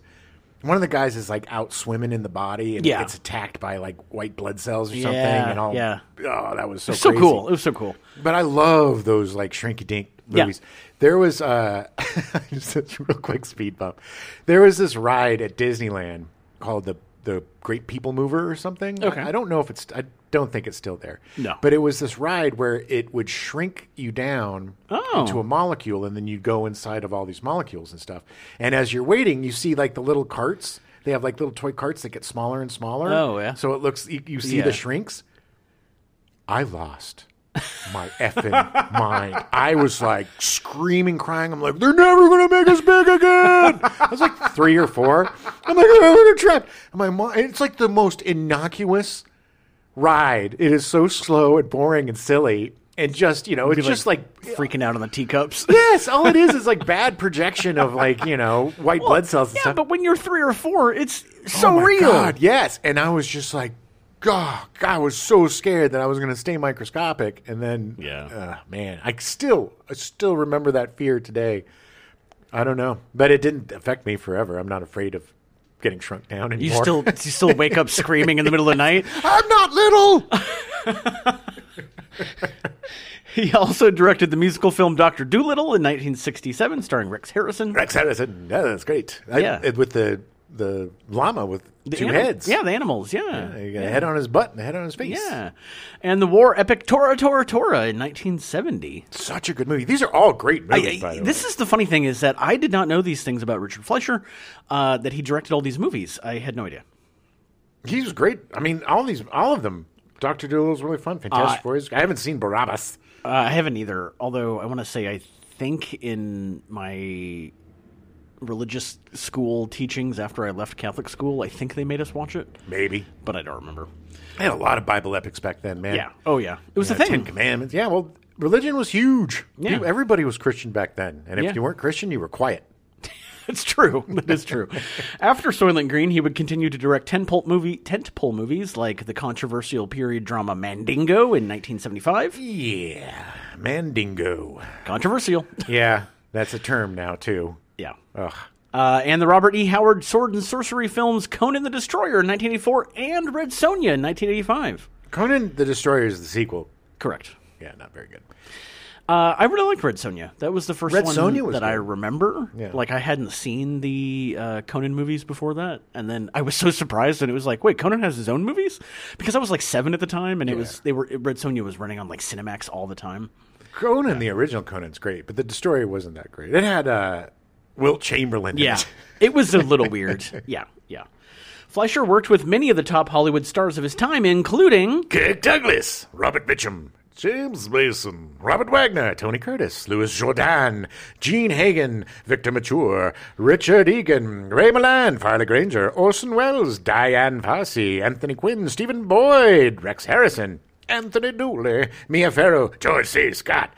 [SPEAKER 1] One of the guys is like out swimming in the body and
[SPEAKER 2] Yeah.
[SPEAKER 1] gets attacked by like white blood cells or something.
[SPEAKER 2] Yeah,
[SPEAKER 1] And all,
[SPEAKER 2] yeah.
[SPEAKER 1] Oh, that was so
[SPEAKER 2] so
[SPEAKER 1] crazy.
[SPEAKER 2] cool. It was so cool.
[SPEAKER 1] But I love those like shrinky dink
[SPEAKER 2] Yeah.
[SPEAKER 1] movies. There was uh just a real quick speed bump. There was this ride at Disneyland called the the Great People Mover or something.
[SPEAKER 2] Okay.
[SPEAKER 1] I don't know if it's I don't think it's still there.
[SPEAKER 2] No.
[SPEAKER 1] But it was this ride where it would shrink you down
[SPEAKER 2] Oh.
[SPEAKER 1] into a molecule and then you'd go inside of all these molecules and stuff. And as you're waiting, you see like the little carts. They have like little toy carts that get smaller and smaller.
[SPEAKER 2] Oh, yeah.
[SPEAKER 1] So it looks you, you see
[SPEAKER 2] Yeah.
[SPEAKER 1] the shrinks. I lost my effing mind. I was like screaming, crying. I'm like, they're never gonna make us big again. I was like three or four. I'm like, oh, we're trapped. And my mom, it's like the most innocuous ride. It is so slow and boring and silly, and just you know, it's just like.
[SPEAKER 2] Freaking out on the teacups.
[SPEAKER 1] Yes, all it is is like bad projection of like you know white blood cells and
[SPEAKER 2] yeah,
[SPEAKER 1] stuff.
[SPEAKER 2] but when you're three or four, it's
[SPEAKER 1] Oh
[SPEAKER 2] so
[SPEAKER 1] my
[SPEAKER 2] real.
[SPEAKER 1] God, yes. And I was just like, God, God, I was so scared that I was going to stay microscopic. And then,
[SPEAKER 2] Yeah.
[SPEAKER 1] uh, man, I still, I still remember that fear today. I don't know, but it didn't affect me forever. I'm not afraid of getting shrunk down
[SPEAKER 2] You
[SPEAKER 1] anymore.
[SPEAKER 2] still you still wake up screaming in the middle of the night.
[SPEAKER 1] I'm not little.
[SPEAKER 2] He also directed the musical film Doctor Doolittle in 1967, starring Rex Harrison.
[SPEAKER 1] Rex Harrison. Yeah, that's great. I-
[SPEAKER 2] Yeah.
[SPEAKER 1] it- with the the llama with
[SPEAKER 2] The
[SPEAKER 1] two
[SPEAKER 2] anim-
[SPEAKER 1] heads.
[SPEAKER 2] Yeah, the animals. Yeah.
[SPEAKER 1] You got a head on his butt and a head on his face.
[SPEAKER 2] Yeah. And the war epic Tora Tora Tora in 1970.
[SPEAKER 1] Such a good movie. These are all great
[SPEAKER 2] I-
[SPEAKER 1] movies,
[SPEAKER 2] I-
[SPEAKER 1] by the way.
[SPEAKER 2] this is the funny thing is that I did not know these things about Richard Fleischer, uh, that he directed all these movies. I had no idea.
[SPEAKER 1] He was great. I mean, all these, all of them. Doctor Doolittle's really fun. Fantastic Voyage. I haven't seen Barabbas.
[SPEAKER 2] Uh, I haven't either. Although I want to say, I think in my religious school teachings after I left Catholic school, I think they made us watch it,
[SPEAKER 1] Maybe.
[SPEAKER 2] but I don't remember.
[SPEAKER 1] I had a lot of Bible epics back then, man.
[SPEAKER 2] Yeah. Oh yeah. It was
[SPEAKER 1] Yeah,
[SPEAKER 2] a thing.
[SPEAKER 1] Ten Commandments. Yeah. Well, religion was huge.
[SPEAKER 2] Yeah.
[SPEAKER 1] People- Everybody was Christian back then, and if
[SPEAKER 2] Yeah.
[SPEAKER 1] you weren't Christian, you were quiet.
[SPEAKER 2] It's true. That is true. After Soylent Green, he would continue to direct tentpole movie tentpole movies like the controversial period drama Mandingo in 1975.
[SPEAKER 1] Yeah. Mandingo.
[SPEAKER 2] Controversial.
[SPEAKER 1] Yeah, that's a term now too.
[SPEAKER 2] Yeah.
[SPEAKER 1] Ugh.
[SPEAKER 2] Uh, and the Robert E. Howard sword and sorcery films Conan the Destroyer in 1984 and Red Sonja in 1985.
[SPEAKER 1] Conan the Destroyer is the sequel.
[SPEAKER 2] Correct.
[SPEAKER 1] Yeah, not very good.
[SPEAKER 2] Uh, I really liked Red Sonja. That was the first
[SPEAKER 1] Red
[SPEAKER 2] one
[SPEAKER 1] Sonja was
[SPEAKER 2] that I
[SPEAKER 1] good.
[SPEAKER 2] remember.
[SPEAKER 1] Yeah.
[SPEAKER 2] Like I hadn't seen the uh, Conan movies before that, and then I was so surprised, and it was like, wait, Conan has his own movies? Because I was like seven at the time, and it was they were Red Sonja was running on like Cinemax all the time.
[SPEAKER 1] Conan, the original Conan's great, but the Destroyer wasn't that great. It had uh, Wilt Chamberlain. In
[SPEAKER 2] Yeah,
[SPEAKER 1] it.
[SPEAKER 2] it was a little weird. Yeah, yeah. Fleischer worked with many of the top Hollywood stars of his time, including
[SPEAKER 1] Kirk Douglas, Robert Mitchum, James Mason, Robert Wagner, Tony Curtis, Louis Jordan, Gene Hagen, Victor Mature, Richard Egan, Ray Milan, Farley Granger, Orson Welles, Diane Fossey, Anthony Quinn, Stephen Boyd, Rex Harrison, Anthony Dooley, Mia Farrow, George C. Scott,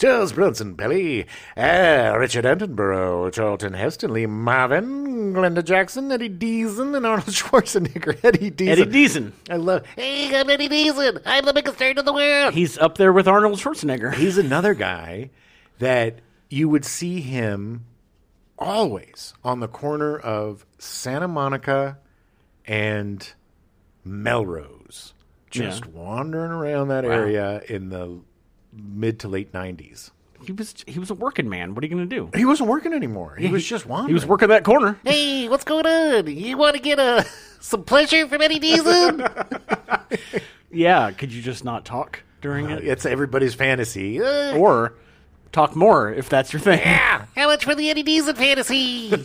[SPEAKER 1] Charles Bronson Pelly, uh, Richard Attenborough, Charlton Heston, Lee Marvin, Glenda Jackson, Eddie Deason, and Arnold Schwarzenegger. Eddie Deason.
[SPEAKER 2] Eddie Deason.
[SPEAKER 1] I love. Hey, I'm Eddie Deason. I'm the biggest nerd in the world.
[SPEAKER 2] He's up there with Arnold Schwarzenegger.
[SPEAKER 1] He's another guy that you would see him always on the corner of Santa Monica and Melrose, just wandering around that area in the mid to late '90s.
[SPEAKER 2] He was he was a working man. What are you going to do?
[SPEAKER 1] He wasn't working anymore. He was just wandering.
[SPEAKER 2] He was working that corner.
[SPEAKER 1] Hey, what's going on? You want to get a some pleasure from Eddie Deason?
[SPEAKER 2] Yeah, could you just not talk during it?
[SPEAKER 1] it's everybody's fantasy. Uh,
[SPEAKER 2] Or talk more if that's your thing.
[SPEAKER 1] How much for the Eddie Deason fantasy?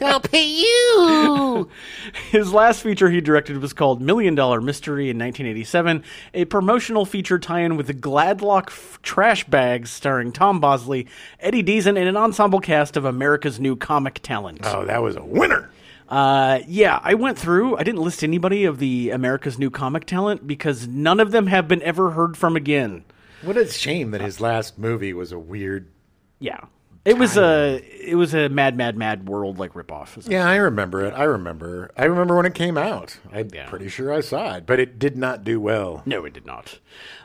[SPEAKER 1] I'll pay you.
[SPEAKER 2] His last feature he directed was called Million Dollar Mystery in 1987, a promotional feature tie-in with the Gladlock f- Trash Bags starring Tom Bosley, Eddie Deason, and an ensemble cast of America's new comic talent.
[SPEAKER 1] Oh, that was a winner.
[SPEAKER 2] Uh, yeah, I went through. I didn't list anybody of the America's new comic talent because none of them have been ever heard from again.
[SPEAKER 1] What a shame that his last movie was a weird.
[SPEAKER 2] Yeah. It was a it was a mad mad mad world like ripoff. Is
[SPEAKER 1] Yeah, I remember it. I remember. I remember when it came out. I'm
[SPEAKER 2] Yeah.
[SPEAKER 1] pretty sure I saw it, but it did not do well.
[SPEAKER 2] No, it did not.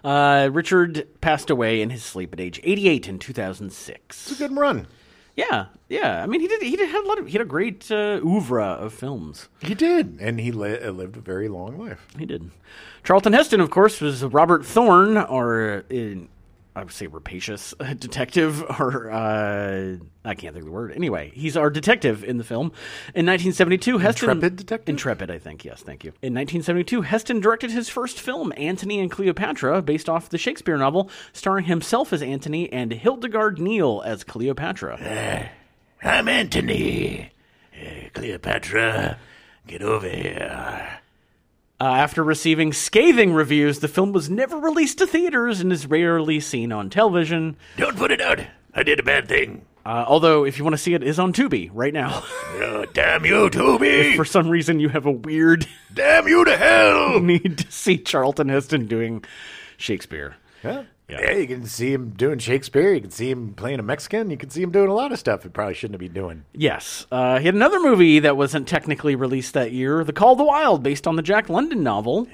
[SPEAKER 2] Uh, Richard passed away in his sleep at age 88 in 2006.
[SPEAKER 1] Good run.
[SPEAKER 2] Yeah, yeah. I mean, he did. He did had a lot of. He had a great uh, oeuvre of films.
[SPEAKER 1] He did, and he li- uh, lived a very long life.
[SPEAKER 2] He did. Charlton Heston, of course, was Robert Thorne, or uh, in, I would say rapacious uh, detective, or uh, I can't think of the word. Anyway, he's our detective in the film. In 1972, Heston
[SPEAKER 1] Intrepid detective?
[SPEAKER 2] Intrepid, I think. Yes, thank you. In 1972, Heston directed his first film, Antony and Cleopatra, based off the Shakespeare novel, starring himself as Antony and Hildegard Neal as Cleopatra.
[SPEAKER 1] I'm Antony. Cleopatra, get over here.
[SPEAKER 2] Uh, after receiving scathing reviews, the film was never released to theaters and is rarely seen on television.
[SPEAKER 1] Don't put it out. I did a bad thing.
[SPEAKER 2] Uh, although, if you want to see it, it is on Tubi right now.
[SPEAKER 1] Oh, damn you, Toby!
[SPEAKER 2] For some reason, you have a weird
[SPEAKER 1] Damn you to hell!
[SPEAKER 2] need to see Charlton Heston doing Shakespeare.
[SPEAKER 1] Yeah. yeah, you can see him doing Shakespeare. You can see him playing a Mexican. You can see him doing a lot of stuff he probably shouldn't be doing.
[SPEAKER 2] Yes, uh, he had another movie that wasn't technically released that year, The Call of the Wild, based on the Jack London novel.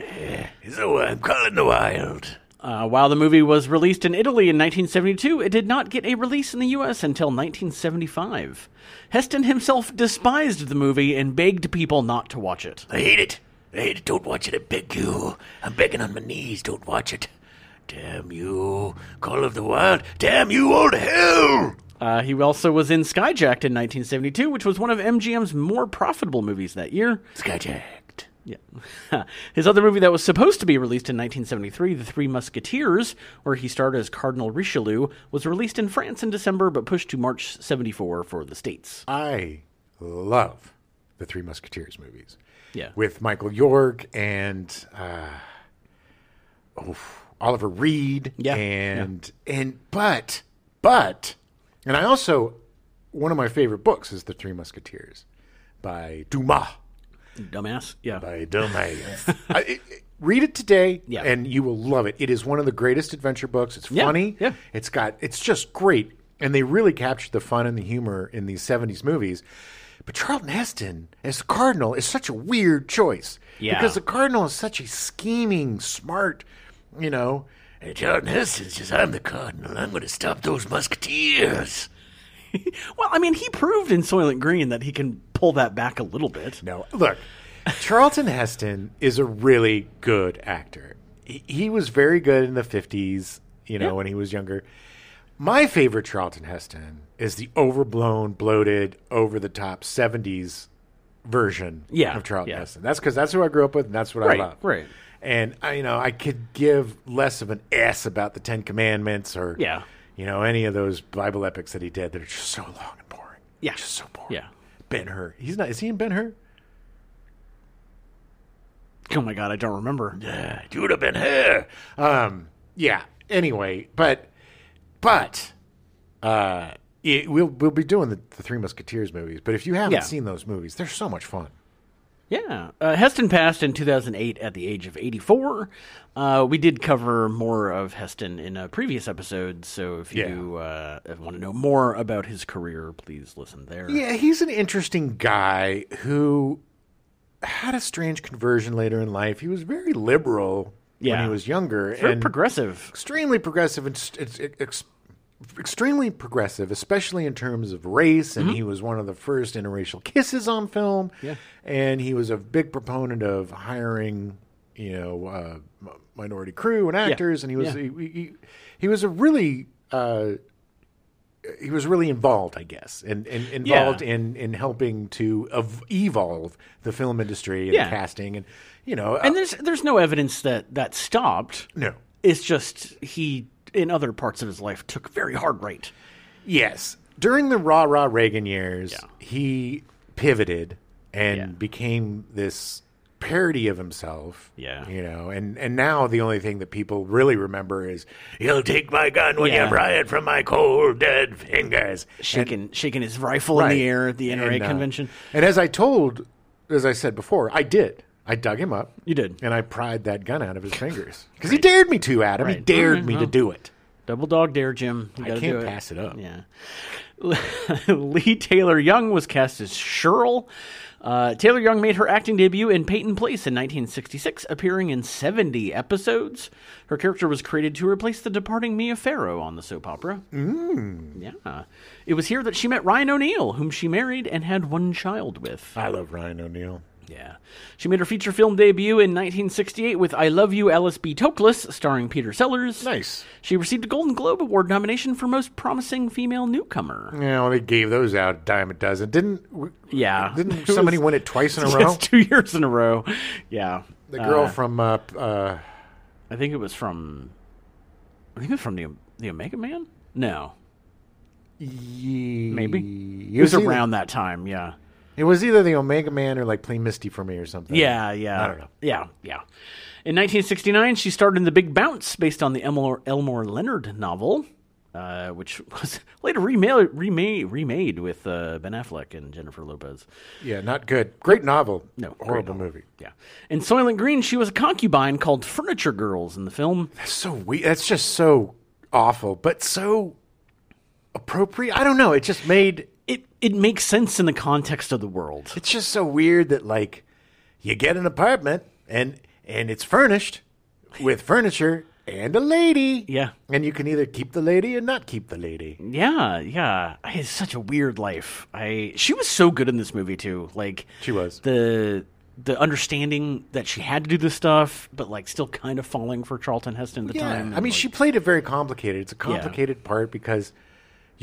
[SPEAKER 1] So uh, I'm calling the wild.
[SPEAKER 2] Uh, while the movie was released in Italy in 1972, it did not get a release in the U.S. until 1975. Heston himself despised the movie and begged people not to watch it.
[SPEAKER 1] I hate it. I hate it. Don't watch it. I beg you. I'm begging on my knees. Don't watch it. Damn you. Call of the wild. Damn you, old hell.
[SPEAKER 2] Uh, he also was in Skyjacked in 1972, which was one of MGM's more profitable movies that year.
[SPEAKER 1] Skyjacked.
[SPEAKER 2] Yeah. His other movie that was supposed to be released in 1973, The Three Musketeers, where he starred as Cardinal Richelieu, was released in France in December but pushed to March 74 for the States.
[SPEAKER 1] I love the Three Musketeers movies.
[SPEAKER 2] Yeah.
[SPEAKER 1] With Michael York and uh, oof, Oliver Reed.
[SPEAKER 2] Yeah,
[SPEAKER 1] And and but but and I also one of my favorite books is The Three Musketeers by Dumas.
[SPEAKER 2] Dumbass. Yeah.
[SPEAKER 1] By Dumas. I, it, it- read it today
[SPEAKER 2] Yeah.
[SPEAKER 1] and you will love it. It is one of the greatest adventure books. It's
[SPEAKER 2] Yeah,
[SPEAKER 1] funny.
[SPEAKER 2] yeah.
[SPEAKER 1] It's got it's just great. And they really captured the fun and the humor in these 70s movies. But Charlton Heston as the Cardinal is such a weird choice.
[SPEAKER 2] Yeah.
[SPEAKER 1] Because the Cardinal is such a scheming, smart, you know. And Charlton Heston says, I'm the Cardinal. I'm going to stop those musketeers.
[SPEAKER 2] Well, I mean, he proved in Soylent Green that he can pull that back a little bit.
[SPEAKER 1] No, look, Charlton Heston is a really good actor. He, he was very good in the 50s, you know,
[SPEAKER 2] Yeah.
[SPEAKER 1] when he was younger. My favorite Charlton Heston is the overblown, bloated, over the top 70s version
[SPEAKER 2] Yeah,
[SPEAKER 1] of Charlton
[SPEAKER 2] yeah.
[SPEAKER 1] Heston. That's because that's who I grew up with and that's what
[SPEAKER 2] Right,
[SPEAKER 1] I love.
[SPEAKER 2] right.
[SPEAKER 1] And I, you know, I could give less of an S about the Ten Commandments or,
[SPEAKER 2] Yeah.
[SPEAKER 1] you know, any of those Bible epics that he did that are just so long and boring.
[SPEAKER 2] Yeah.
[SPEAKER 1] Just so boring.
[SPEAKER 2] Yeah.
[SPEAKER 1] Ben Hur. He's not. Is he in Ben Hur?
[SPEAKER 2] Oh my god, I don't remember.
[SPEAKER 1] Uh, you would have been here. Um, yeah. Anyway, but but uh, it, we'll we'll be doing the, the Three Musketeers movies. But if you haven't
[SPEAKER 2] Yeah.
[SPEAKER 1] seen those movies, they're so much fun.
[SPEAKER 2] Yeah. Uh, Heston passed in 2008 at the age of 84. Uh, we did cover more of Heston in a previous episode, so if
[SPEAKER 1] Yeah.
[SPEAKER 2] you uh, want to know more about his career, please listen there.
[SPEAKER 1] Yeah, he's an interesting guy who had a strange conversion later in life. He was very liberal when
[SPEAKER 2] Yeah.
[SPEAKER 1] he was younger
[SPEAKER 2] Very
[SPEAKER 1] and
[SPEAKER 2] progressive.
[SPEAKER 1] extremely progressive and st- it's ex- ex- extremely progressive, especially in terms of race. And he was one of the first interracial kisses on film.
[SPEAKER 2] Mm-hmm. Yeah.
[SPEAKER 1] and he was a big proponent of hiring, you know, uh, m- minority crew and actors. And he was
[SPEAKER 2] Yeah.
[SPEAKER 1] he, he, he was a really uh, he was really involved, I guess, and, and involved in in helping to ev- evolve the film industry and
[SPEAKER 2] Yeah.
[SPEAKER 1] casting and you know
[SPEAKER 2] And
[SPEAKER 1] uh,
[SPEAKER 2] there's there's no evidence that that stopped.
[SPEAKER 1] no.
[SPEAKER 2] It's just he in other parts of his life took very hard right.
[SPEAKER 1] Yes. During the rah rah Reagan years, he pivoted and
[SPEAKER 2] Yeah.
[SPEAKER 1] became this parody of himself.
[SPEAKER 2] Yeah.
[SPEAKER 1] You know, and, and now the only thing that people really remember is, You'll take my gun when
[SPEAKER 2] Yeah.
[SPEAKER 1] you pry it from my cold dead fingers.
[SPEAKER 2] Shaking shaking his rifle in the air at the NRA
[SPEAKER 1] And, uh,
[SPEAKER 2] convention.
[SPEAKER 1] and as I told, as I said before, I did. I dug him up.
[SPEAKER 2] You did.
[SPEAKER 1] And I pried that gun out of his fingers. Because he dared me to, Adam. He
[SPEAKER 2] Right. Mm-hmm.
[SPEAKER 1] dared
[SPEAKER 2] Okay,
[SPEAKER 1] me to
[SPEAKER 2] well.
[SPEAKER 1] do it.
[SPEAKER 2] Double dog dare, Jim. You gotta
[SPEAKER 1] can't
[SPEAKER 2] do it.
[SPEAKER 1] pass it up.
[SPEAKER 2] Yeah. Lee Taylor Young was cast as Cheryl. Uh, Taylor Young made her acting debut in Peyton Place in 1966, appearing in 70 episodes. Her character was created to replace the departing Mia Farrow on the soap opera. Mm. Yeah. It was here that she met Ryan O'Neal, whom she married and had one child with.
[SPEAKER 1] I love Ryan O'Neal.
[SPEAKER 2] Yeah. She made her feature film debut in 1968 with I Love You, Alice B. Toklas, starring Peter Sellers.
[SPEAKER 1] Nice.
[SPEAKER 2] She received a Golden Globe Award nomination for Most Promising Female Newcomer.
[SPEAKER 1] Yeah, well, they gave those out a dime a dozen. Didn't w-
[SPEAKER 2] Yeah.
[SPEAKER 1] Didn't
[SPEAKER 2] It was-
[SPEAKER 1] somebody win it twice in a row?
[SPEAKER 2] Yes, two years in a row. Yeah.
[SPEAKER 1] The
[SPEAKER 2] Uh,
[SPEAKER 1] girl from uh, p- uh,
[SPEAKER 2] I think it was from. I think it was from the the Omega Man. No, maybe
[SPEAKER 1] It
[SPEAKER 2] it was
[SPEAKER 1] either-
[SPEAKER 2] around that time. Yeah.
[SPEAKER 1] It was either the Omega Man or like play Misty for me or something.
[SPEAKER 2] Yeah, yeah.
[SPEAKER 1] I don't know.
[SPEAKER 2] Yeah, yeah. In 1969, she starred in The Big Bounce, based on the Elmore, Elmore Leonard novel, uh, which was later remade, remade, remade with uh, Ben Affleck and Jennifer Lopez.
[SPEAKER 1] yeah, not good. Great novel.
[SPEAKER 2] No, great
[SPEAKER 1] horrible
[SPEAKER 2] novel.
[SPEAKER 1] movie.
[SPEAKER 2] Yeah. In Soylent Green, she was a concubine called Furniture Girls in the film.
[SPEAKER 1] That's so weird. That's just so awful, but so appropriate. I don't know. It just made
[SPEAKER 2] It it makes sense in the context of the world.
[SPEAKER 1] It's just so weird that like you get an apartment and and it's furnished with furniture and a lady.
[SPEAKER 2] Yeah.
[SPEAKER 1] And you can either keep the lady and not keep the lady.
[SPEAKER 2] Yeah, yeah. It's such a weird life. I she was so good in this movie too. Like
[SPEAKER 1] She was.
[SPEAKER 2] the the understanding that she had to do this stuff, but like still kind of falling for Charlton Heston at the
[SPEAKER 1] Yeah.
[SPEAKER 2] time.
[SPEAKER 1] I mean, she played it very complicated. It's a complicated part because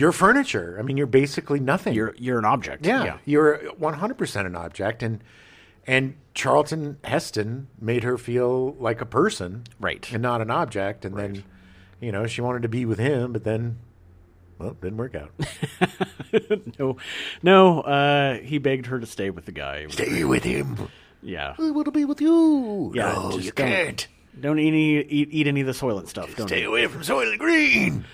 [SPEAKER 1] you're furniture. I mean, you're basically nothing.
[SPEAKER 2] you're you're an object.
[SPEAKER 1] yeah, You're 100% an object and and Charlton Heston made her feel like a person
[SPEAKER 2] Right.
[SPEAKER 1] and not an object and then you know, she wanted to be with him, but then well, didn't work out.
[SPEAKER 2] No, no. Uh, he begged her to stay with the guy.
[SPEAKER 1] Stay with him.
[SPEAKER 2] Yeah.
[SPEAKER 1] I want to be with you.
[SPEAKER 2] Yeah,
[SPEAKER 1] no,
[SPEAKER 2] just
[SPEAKER 1] you
[SPEAKER 2] don't.
[SPEAKER 1] can't.
[SPEAKER 2] Don't eat any eat, eat any of the soylent stuff. Don't
[SPEAKER 1] Stay
[SPEAKER 2] eat.
[SPEAKER 1] away from Soylent Green.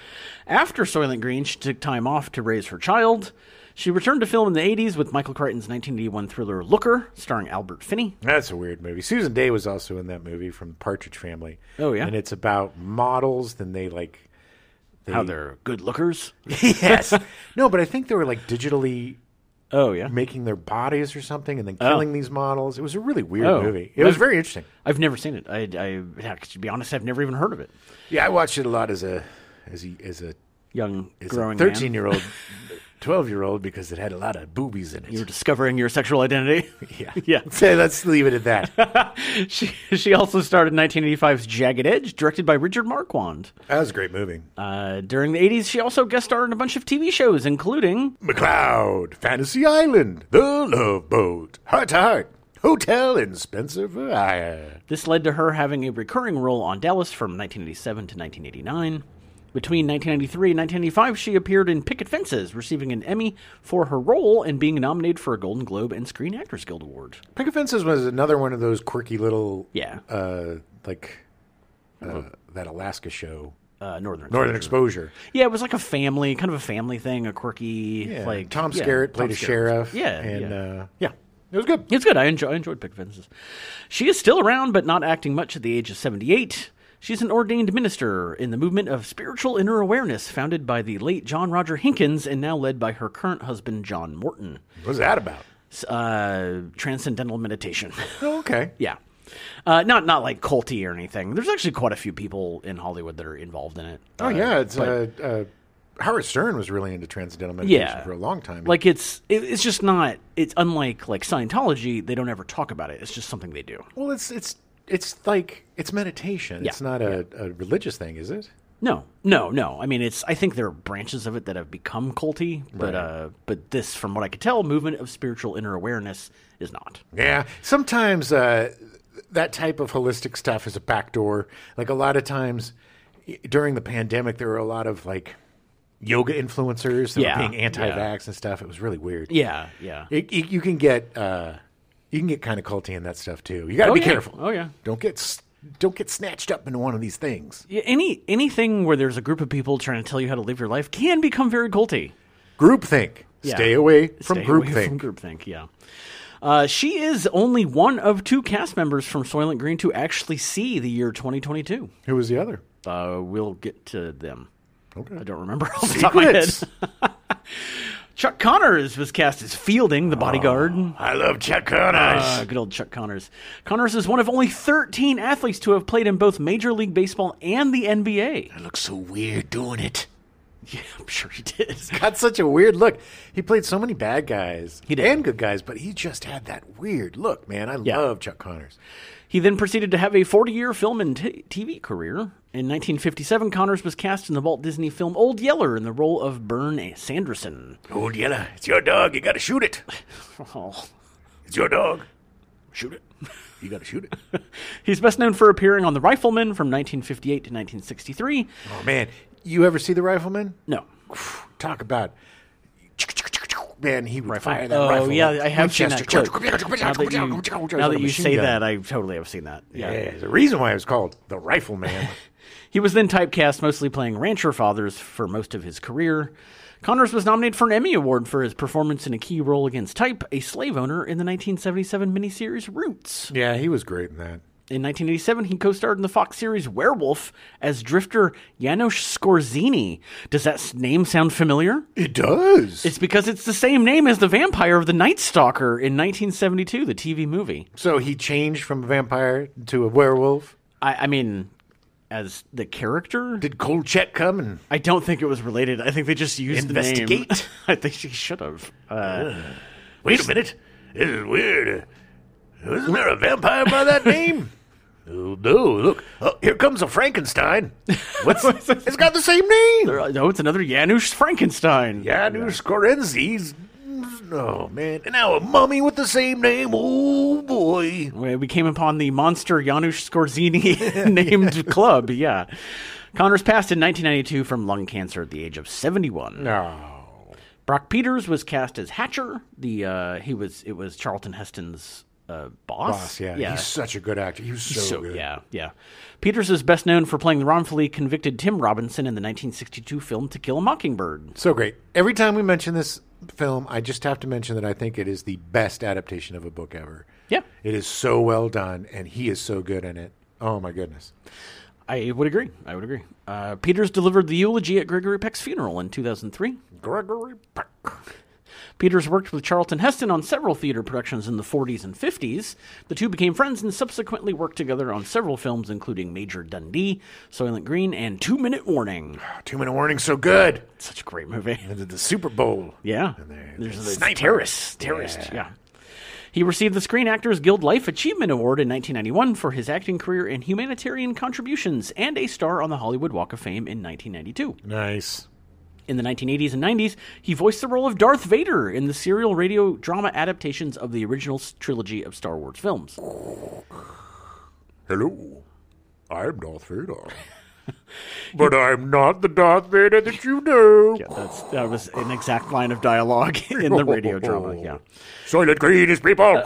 [SPEAKER 2] After Soylent Green, she took time off to raise her child. She returned to film in the 80s with Michael Crichton's 1981 thriller Looker, starring Albert Finney.
[SPEAKER 1] That's a weird movie. Susan Day was also in that movie from Partridge Family.
[SPEAKER 2] Oh, yeah?
[SPEAKER 1] and it's about models. Then they like
[SPEAKER 2] How they're good lookers.
[SPEAKER 1] yes, no, but I think they were like digitally
[SPEAKER 2] Oh, yeah.
[SPEAKER 1] making their bodies or something, and then killing these models. It was a really weird
[SPEAKER 2] Oh.
[SPEAKER 1] movie. It was very interesting.
[SPEAKER 2] I've never seen it. I, I yeah, 'cause to be honest, I've never even heard of it.
[SPEAKER 1] Yeah, I watched it a lot as a as a as a
[SPEAKER 2] Young,
[SPEAKER 1] as
[SPEAKER 2] growing
[SPEAKER 1] a thirteen year old, twelve year old because it had a lot of boobies in it.
[SPEAKER 2] You're discovering your sexual identity.
[SPEAKER 1] yeah,
[SPEAKER 2] yeah.
[SPEAKER 1] So let's leave it at that.
[SPEAKER 2] she, she also starred in 1985's Jagged Edge, directed by Richard Marquand.
[SPEAKER 1] That was a great movie.
[SPEAKER 2] Uh, during the 80s, she also guest starred in a bunch of TV shows, including
[SPEAKER 1] McLeod, Fantasy Island, The Love Boat, Heart to Heart, Hotel, and Spencer for Hire.
[SPEAKER 2] This led to her having a recurring role on Dallas from 1987 to 1989. Between 1993 and 1995, she appeared in Picket Fences, receiving an Emmy for her role and being nominated for a Golden Globe and Screen Actors Guild Award.
[SPEAKER 1] Pick Fences was another one of those quirky little,
[SPEAKER 2] Yeah. Uh-huh.
[SPEAKER 1] uh, like uh, that Alaska show,
[SPEAKER 2] Uh, Northern.
[SPEAKER 1] Northern Exposure.
[SPEAKER 2] Yeah, it was like a family, kind of a family thing, a quirky
[SPEAKER 1] Yeah,
[SPEAKER 2] like.
[SPEAKER 1] Tom
[SPEAKER 2] yeah,
[SPEAKER 1] Skerritt played
[SPEAKER 2] Tom
[SPEAKER 1] a
[SPEAKER 2] Skerritt.
[SPEAKER 1] sheriff.
[SPEAKER 2] Yeah,
[SPEAKER 1] and
[SPEAKER 2] yeah.
[SPEAKER 1] Uh, yeah, it was good.
[SPEAKER 2] It's good. I enjoy. I enjoyed Pick Fences. She is still around, but not acting much at the age of 78. She's an ordained minister in the movement of spiritual inner awareness founded by the late John Roger Hinkins and now led by her current husband, John Morton.
[SPEAKER 1] What was that about?
[SPEAKER 2] S- Uh, transcendental meditation.
[SPEAKER 1] Oh, okay.
[SPEAKER 2] yeah. Uh, not not like culty or anything. There's actually quite a few people in Hollywood that are involved in it.
[SPEAKER 1] Oh yeah, it's uh, uh, Howard Stern was really into transcendental meditation
[SPEAKER 2] Yeah.
[SPEAKER 1] for a long time.
[SPEAKER 2] like it's it, it's just not. It's unlike like Scientology. They don't ever talk about it. It's just something they do.
[SPEAKER 1] well, it's it's it's like it's meditation. It's not a, a religious thing, is it?
[SPEAKER 2] No, no, no. I mean, it's. I think there are branches of it that have become culty, but uh, but this, from what I could tell, movement of spiritual inner awareness is not.
[SPEAKER 1] Yeah. Sometimes uh, that type of holistic stuff is a backdoor. Like a lot of times y- during the pandemic, there were a lot of like yoga influencers that
[SPEAKER 2] Yeah,
[SPEAKER 1] were being anti-vax and stuff. It was really weird.
[SPEAKER 2] Yeah, yeah.
[SPEAKER 1] It, it- you can get uh, you can get kind of culty in that stuff too. You got to
[SPEAKER 2] Oh,
[SPEAKER 1] be
[SPEAKER 2] yeah.
[SPEAKER 1] careful.
[SPEAKER 2] Oh, yeah.
[SPEAKER 1] Don't get s- don't get snatched up into one of these things.
[SPEAKER 2] Yeah, Any anything where there's a group of people trying to tell you how to live your life can become very culty.
[SPEAKER 1] Groupthink.
[SPEAKER 2] Yeah.
[SPEAKER 1] Stay away from
[SPEAKER 2] Stay away From
[SPEAKER 1] groupthink.
[SPEAKER 2] groupthink, yeah. Uh, she is only one of two cast members from Soylent Green to actually see the year 2022.
[SPEAKER 1] Who was the other?
[SPEAKER 2] Uh, we'll get to them.
[SPEAKER 1] Okay.
[SPEAKER 2] I don't remember off the top of my head.
[SPEAKER 1] Secrets.
[SPEAKER 2] Chuck Connors was cast as Fielding, the bodyguard.
[SPEAKER 1] I love Chuck Connors.
[SPEAKER 2] Uh, good old Chuck Connors. Connors is one of only 13 athletes to have played in both Major League Baseball and the NBA.
[SPEAKER 1] I look so weird doing it.
[SPEAKER 2] Yeah, I'm sure he did.
[SPEAKER 1] got such a weird look. He played so many bad guys
[SPEAKER 2] He did.
[SPEAKER 1] and good guys, but he just had that weird look, man. I
[SPEAKER 2] Yeah.
[SPEAKER 1] love Chuck Connors.
[SPEAKER 2] He then proceeded to have a 40 year film and t- TV career. In 1957, Connors was cast in the Walt Disney film Old Yeller in the role of Bern Sanderson.
[SPEAKER 1] Old Yella, it's your dog. You got to shoot it.
[SPEAKER 2] Oh.
[SPEAKER 1] It's your dog. Shoot it. You got to shoot it.
[SPEAKER 2] He's best known for appearing on The Rifleman from 1958 to 1963.
[SPEAKER 1] oh, man. You ever see The Rifleman?
[SPEAKER 2] No.
[SPEAKER 1] Talk about. Man, he would fire that
[SPEAKER 2] oh,
[SPEAKER 1] rifle.
[SPEAKER 2] yeah, I have seen that
[SPEAKER 1] Winchester.
[SPEAKER 2] clip. Now that you, now that you say that, I totally have seen that.
[SPEAKER 1] Yeah, there's a reason why it was called The Rifleman.
[SPEAKER 2] He was then typecast mostly playing rancher fathers for most of his career. Connors was nominated for an Emmy Award for his performance in a key role against type, a slave owner, in the 1977 miniseries Roots.
[SPEAKER 1] yeah, he was great in that.
[SPEAKER 2] In 1987, he co starred in the Fox series Werewolf as drifter Janos Scorzini. Does that s- name sound familiar?
[SPEAKER 1] It does.
[SPEAKER 2] It's because it's the same name as the vampire of the Night Stalker in 1972, the TV movie.
[SPEAKER 1] so he changed from a vampire to a werewolf.
[SPEAKER 2] I, I mean, as the character?
[SPEAKER 1] Did Kolchak come and
[SPEAKER 2] I don't think it was related. I think they just used the name.
[SPEAKER 1] Investigate.
[SPEAKER 2] I think she should have. Uh,
[SPEAKER 1] Wait a minute. This is weird. Isn't there a vampire by that name? Oh, no, look. Oh, here comes a Frankenstein. What's It's got the same name.
[SPEAKER 2] no, oh, it's another Janusz Frankenstein.
[SPEAKER 1] Janusz Korenzi's. Oh, man. And now a mummy with the same name. Oh, boy.
[SPEAKER 2] We we came upon the monster Janusz Scorzini named club. Yeah. Connors passed in 1992 from lung cancer at the age of 71.
[SPEAKER 1] No.
[SPEAKER 2] Brock Peters was cast as Hatcher. The uh, he was it was Charlton Heston's uh, boss.
[SPEAKER 1] Boss, yeah. He's such a good actor. He was so,
[SPEAKER 2] so
[SPEAKER 1] good.
[SPEAKER 2] yeah, yeah. Peters is best known for playing the wrongfully convicted Tim Robinson in the 1962 film To Kill a Mockingbird.
[SPEAKER 1] So great. Every time we mention this film, I just have to mention that I think it is the best adaptation of a book ever.
[SPEAKER 2] Yeah.
[SPEAKER 1] It is so well done, and he is so good in it. Oh, my goodness.
[SPEAKER 2] I would agree. I would agree. Uh, Peters delivered the eulogy at Gregory Peck's funeral in 2003.
[SPEAKER 1] Gregory Peck.
[SPEAKER 2] Peters worked with Charlton Heston on several theater productions in the 40s and 50s. The two became friends and subsequently worked together on several films, including Major Dundee, Soylent Green, and Two Minute Warning.
[SPEAKER 1] Two Minute Warning, so good.
[SPEAKER 2] Such a great movie.
[SPEAKER 1] And then the Super Bowl.
[SPEAKER 2] Yeah.
[SPEAKER 1] they-
[SPEAKER 2] There's
[SPEAKER 1] they
[SPEAKER 2] the
[SPEAKER 1] sniper.
[SPEAKER 2] terrorist. Terrorist. Yeah. He received the Screen Actors Guild Life Achievement Award in 1991 for his acting career and humanitarian contributions, and a star on the Hollywood Walk of Fame in 1992.
[SPEAKER 1] Nice.
[SPEAKER 2] In the 1980s and 90s, he voiced the role of Darth Vader in the serial radio drama adaptations of the original s- trilogy of Star Wars films.
[SPEAKER 1] Hello. I'm Darth Vader. but I'm not the Darth Vader that you know.
[SPEAKER 2] Yeah, that's, that was an exact line of dialogue in the radio drama. Yeah. Uh,
[SPEAKER 1] Soylent Green is people.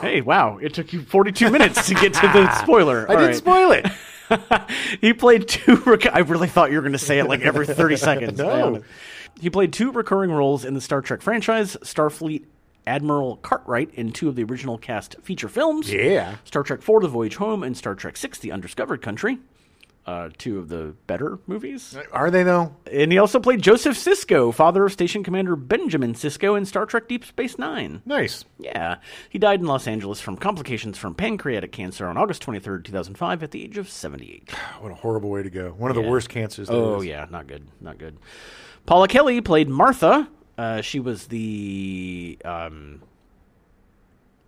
[SPEAKER 2] Hey, wow! It took you 42 minutes to get to the spoiler.
[SPEAKER 1] I
[SPEAKER 2] All
[SPEAKER 1] didn't
[SPEAKER 2] right.
[SPEAKER 1] spoil it.
[SPEAKER 2] he played two. Rec- I really thought you were going to say it like every 30 seconds.
[SPEAKER 1] No.
[SPEAKER 2] I don't know. He played two recurring roles in the Star Trek franchise Starfleet Admiral Cartwright in two of the original cast feature films.
[SPEAKER 1] Yeah.
[SPEAKER 2] Star Trek IV The Voyage Home and Star Trek VI The Undiscovered Country. Uh, two of the better movies.
[SPEAKER 1] Are they, though?
[SPEAKER 2] And he also played Joseph Sisko, father of Station Commander Benjamin Sisko in Star Trek Deep Space Nine.
[SPEAKER 1] Nice.
[SPEAKER 2] Yeah. He died in Los Angeles from complications from pancreatic cancer on August 23rd, 2005, at the age of 78.
[SPEAKER 1] What a horrible way to go. One of the worst cancers. there
[SPEAKER 2] Oh
[SPEAKER 1] is.
[SPEAKER 2] yeah, not good, not good. Paula Kelly played Martha. Uh, she was the um,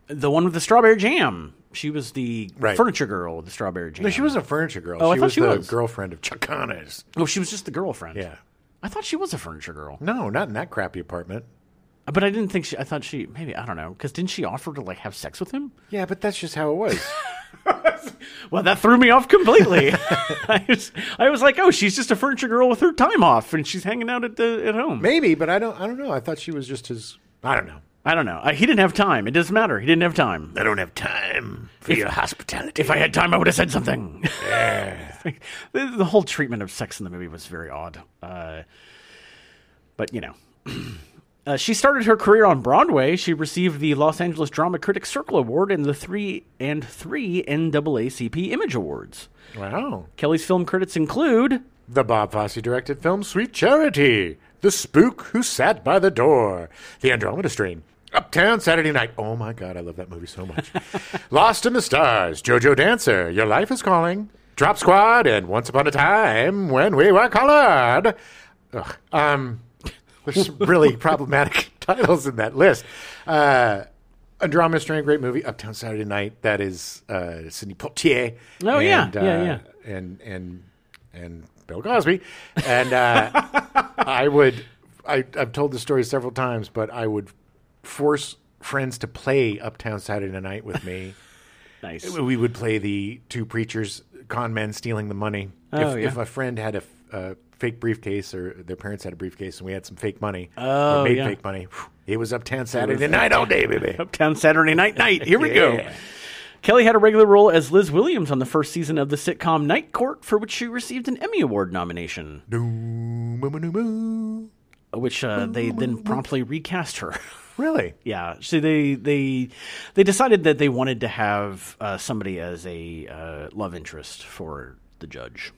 [SPEAKER 2] the one with the strawberry jam. She was the
[SPEAKER 1] Right.
[SPEAKER 2] furniture girl with the strawberry jam.
[SPEAKER 1] No, she wasn't a furniture girl.
[SPEAKER 2] Oh, I
[SPEAKER 1] she,
[SPEAKER 2] thought
[SPEAKER 1] was
[SPEAKER 2] she
[SPEAKER 1] the
[SPEAKER 2] was.
[SPEAKER 1] girlfriend of Chuck Connors.
[SPEAKER 2] Oh, she was just the girlfriend.
[SPEAKER 1] Yeah.
[SPEAKER 2] I thought she was a furniture girl,
[SPEAKER 1] No, not in that crappy apartment.
[SPEAKER 2] but I didn't think she. I thought she maybe I don't know because didn't she offer to like have sex with him?
[SPEAKER 1] Yeah, but that's just how it was.
[SPEAKER 2] Well, that threw me off completely. I was I was like, oh, she's just a furniture girl with her time off, and she's hanging out at the at home.
[SPEAKER 1] Maybe, but I don't. I don't know. I thought she was just his. I don't know.
[SPEAKER 2] I don't know. I, he didn't have time. It doesn't matter. He didn't have time.
[SPEAKER 1] I don't have time for your hospitality.
[SPEAKER 2] If I had time, I would have said something. Like, the, the whole treatment of sex in the movie was very odd. Uh, but, you know. Uh, she started her career on Broadway. She received the Los Angeles Drama Critics Circle Award and the three and three NAACP Image Awards.
[SPEAKER 1] wow,
[SPEAKER 2] Kelly's film credits include
[SPEAKER 1] the Bob Fosse directed film *Sweet Charity*, *The Spook Who Sat by the Door*, *The Andromeda Strain*, *Uptown Saturday Night*. Oh my God, I love that movie so much. *Lost in the Stars*, *JoJo Dancer*, *Your Life Is Calling*, *Drop Squad*, and *Once Upon a Time When We Were Colored*. Ugh. Um, there's some really problematic titles in that list. Uh, Andromeda Strain, great movie. Uptown Saturday Night, that is uh, Sidney Poitier.
[SPEAKER 2] Oh, yeah.
[SPEAKER 1] and, uh,
[SPEAKER 2] Yeah, yeah.
[SPEAKER 1] And and and Bill Cosby. And uh, I would, I, I've told the story several times, but I would force friends to play Uptown Saturday Night with me.
[SPEAKER 2] Nice.
[SPEAKER 1] we would play the two preachers, con men stealing the money.
[SPEAKER 2] Oh,
[SPEAKER 1] if,
[SPEAKER 2] yeah.
[SPEAKER 1] if a friend had a, f- a fake briefcase or their parents had a briefcase and we had some fake money,
[SPEAKER 2] Oh,
[SPEAKER 1] or made
[SPEAKER 2] yeah.
[SPEAKER 1] fake money, whew, it was Uptown Saturday Night all day, baby.
[SPEAKER 2] Uptown Saturday Night Night. Here we go.
[SPEAKER 1] Yeah.
[SPEAKER 2] Kelly had a regular role as Liz Williams on the first season of the sitcom Night Court, for which she received an Emmy Award nomination.
[SPEAKER 1] Doom, boom, boom, boom.
[SPEAKER 2] which uh, they then promptly recast her.
[SPEAKER 1] Really?
[SPEAKER 2] yeah, so they they they decided that they wanted to have uh, somebody as a uh, love interest for the judge,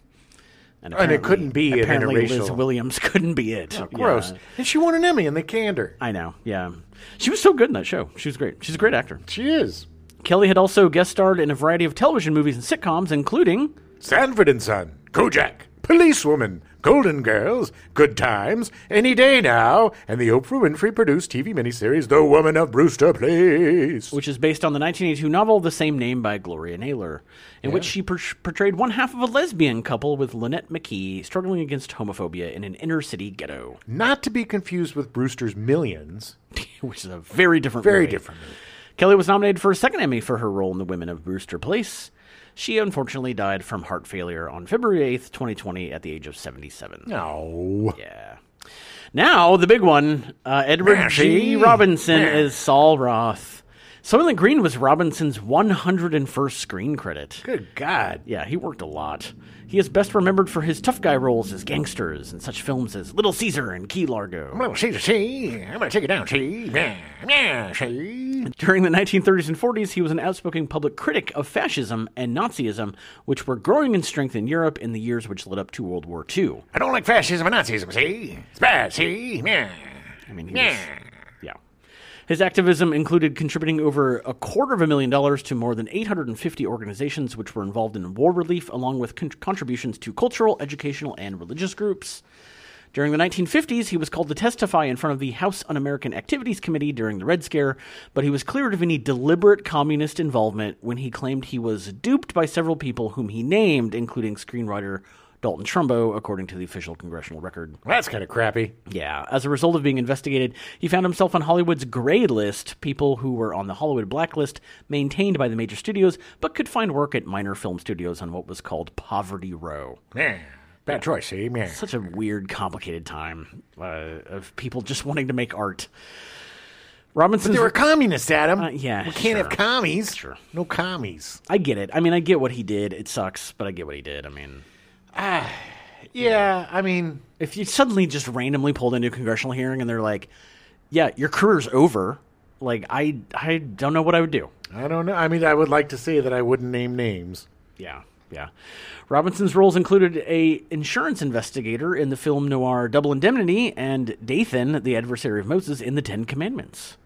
[SPEAKER 1] And it
[SPEAKER 2] apparently-
[SPEAKER 1] couldn't be an
[SPEAKER 2] apparently Liz
[SPEAKER 1] interracial- Oh,
[SPEAKER 2] Williams couldn't be it. Yeah.
[SPEAKER 1] Gross. And she won an Emmy and they canned her.
[SPEAKER 2] I know. Yeah, she was so good in that show. She was great. She's a great actor.
[SPEAKER 1] She is.
[SPEAKER 2] Kelly had also guest starred in a variety of television movies and sitcoms, including
[SPEAKER 1] Sanford and Son, Kojak, Policewoman, Golden Girls, Good Times, Any Day Now, and the Oprah Winfrey produced TV miniseries The Woman of Brewster Place.
[SPEAKER 2] which is based on the 1982 novel of the same name by Gloria Naylor, in which she per- portrayed one half of a lesbian couple with Lynette McKee struggling against homophobia in an inner city ghetto,
[SPEAKER 1] Not to be confused with Brewster's Millions.
[SPEAKER 2] which is a very different
[SPEAKER 1] Very
[SPEAKER 2] movie.
[SPEAKER 1] different movie.
[SPEAKER 2] Kelly was nominated for a second Emmy for her role in The Women of Brewster Place. She unfortunately died from heart failure on February 8th, 2020, at the age of 77.
[SPEAKER 1] No.
[SPEAKER 2] Yeah. Now, the big one uh, Edward G.
[SPEAKER 1] Mashie.
[SPEAKER 2] Robinson
[SPEAKER 1] Yeah.
[SPEAKER 2] is Saul Roth. Soylent Green was Robinson's 101st screen credit.
[SPEAKER 1] Good God.
[SPEAKER 2] Yeah, he worked a lot. He is best remembered for his tough guy roles as gangsters in such films as Little Caesar and Key Largo.
[SPEAKER 1] I'm gonna see the sea. I'm gonna take it down, see. Yeah, yeah, see.
[SPEAKER 2] During the 1930s and 40s, he was an outspoken public critic of fascism and Nazism, which were growing in strength in Europe in the years which led up to World War II.
[SPEAKER 1] I don't like fascism and Nazism, see. It's bad, see. Yeah.
[SPEAKER 2] I mean, he was, yeah. His activism included contributing over a quarter of a million dollars to more than 850 organizations which were involved in war relief, along with con- contributions to cultural, educational, and religious groups. During the 1950s, he was called to testify in front of the House Un American Activities Committee during the Red Scare, but he was cleared of any deliberate communist involvement when he claimed he was duped by several people whom he named, including screenwriter Dalton Trumbo, according to the official congressional record.
[SPEAKER 1] That's kind of crappy.
[SPEAKER 2] Yeah. As a result of being investigated, he found himself on Hollywood's gray list, people who were on the Hollywood blacklist maintained by the major studios, but could find work at minor film studios on what was called Poverty Row.
[SPEAKER 1] Yeah. Bad choice, see. Yeah.
[SPEAKER 2] Such a weird, complicated time uh, of people just wanting to make art. Robinson's.
[SPEAKER 1] They were communists, Adam.
[SPEAKER 2] Uh, yeah,
[SPEAKER 1] We can't
[SPEAKER 2] sure.
[SPEAKER 1] have commies.
[SPEAKER 2] Sure.
[SPEAKER 1] No commies.
[SPEAKER 2] I get it. I mean, I get what he did. It sucks, but I get what he did. I mean,
[SPEAKER 1] Yeah, I mean,
[SPEAKER 2] if you suddenly just randomly pulled into a congressional hearing and they're like, "Yeah, your career's over," like I, I don't know what I would do.
[SPEAKER 1] I don't know. I mean, I would like to say that I wouldn't name names.
[SPEAKER 2] Yeah, yeah. Robinson's roles included a insurance investigator in the film noir Double Indemnity and Dathan, the adversary of Moses, in The Ten Commandments.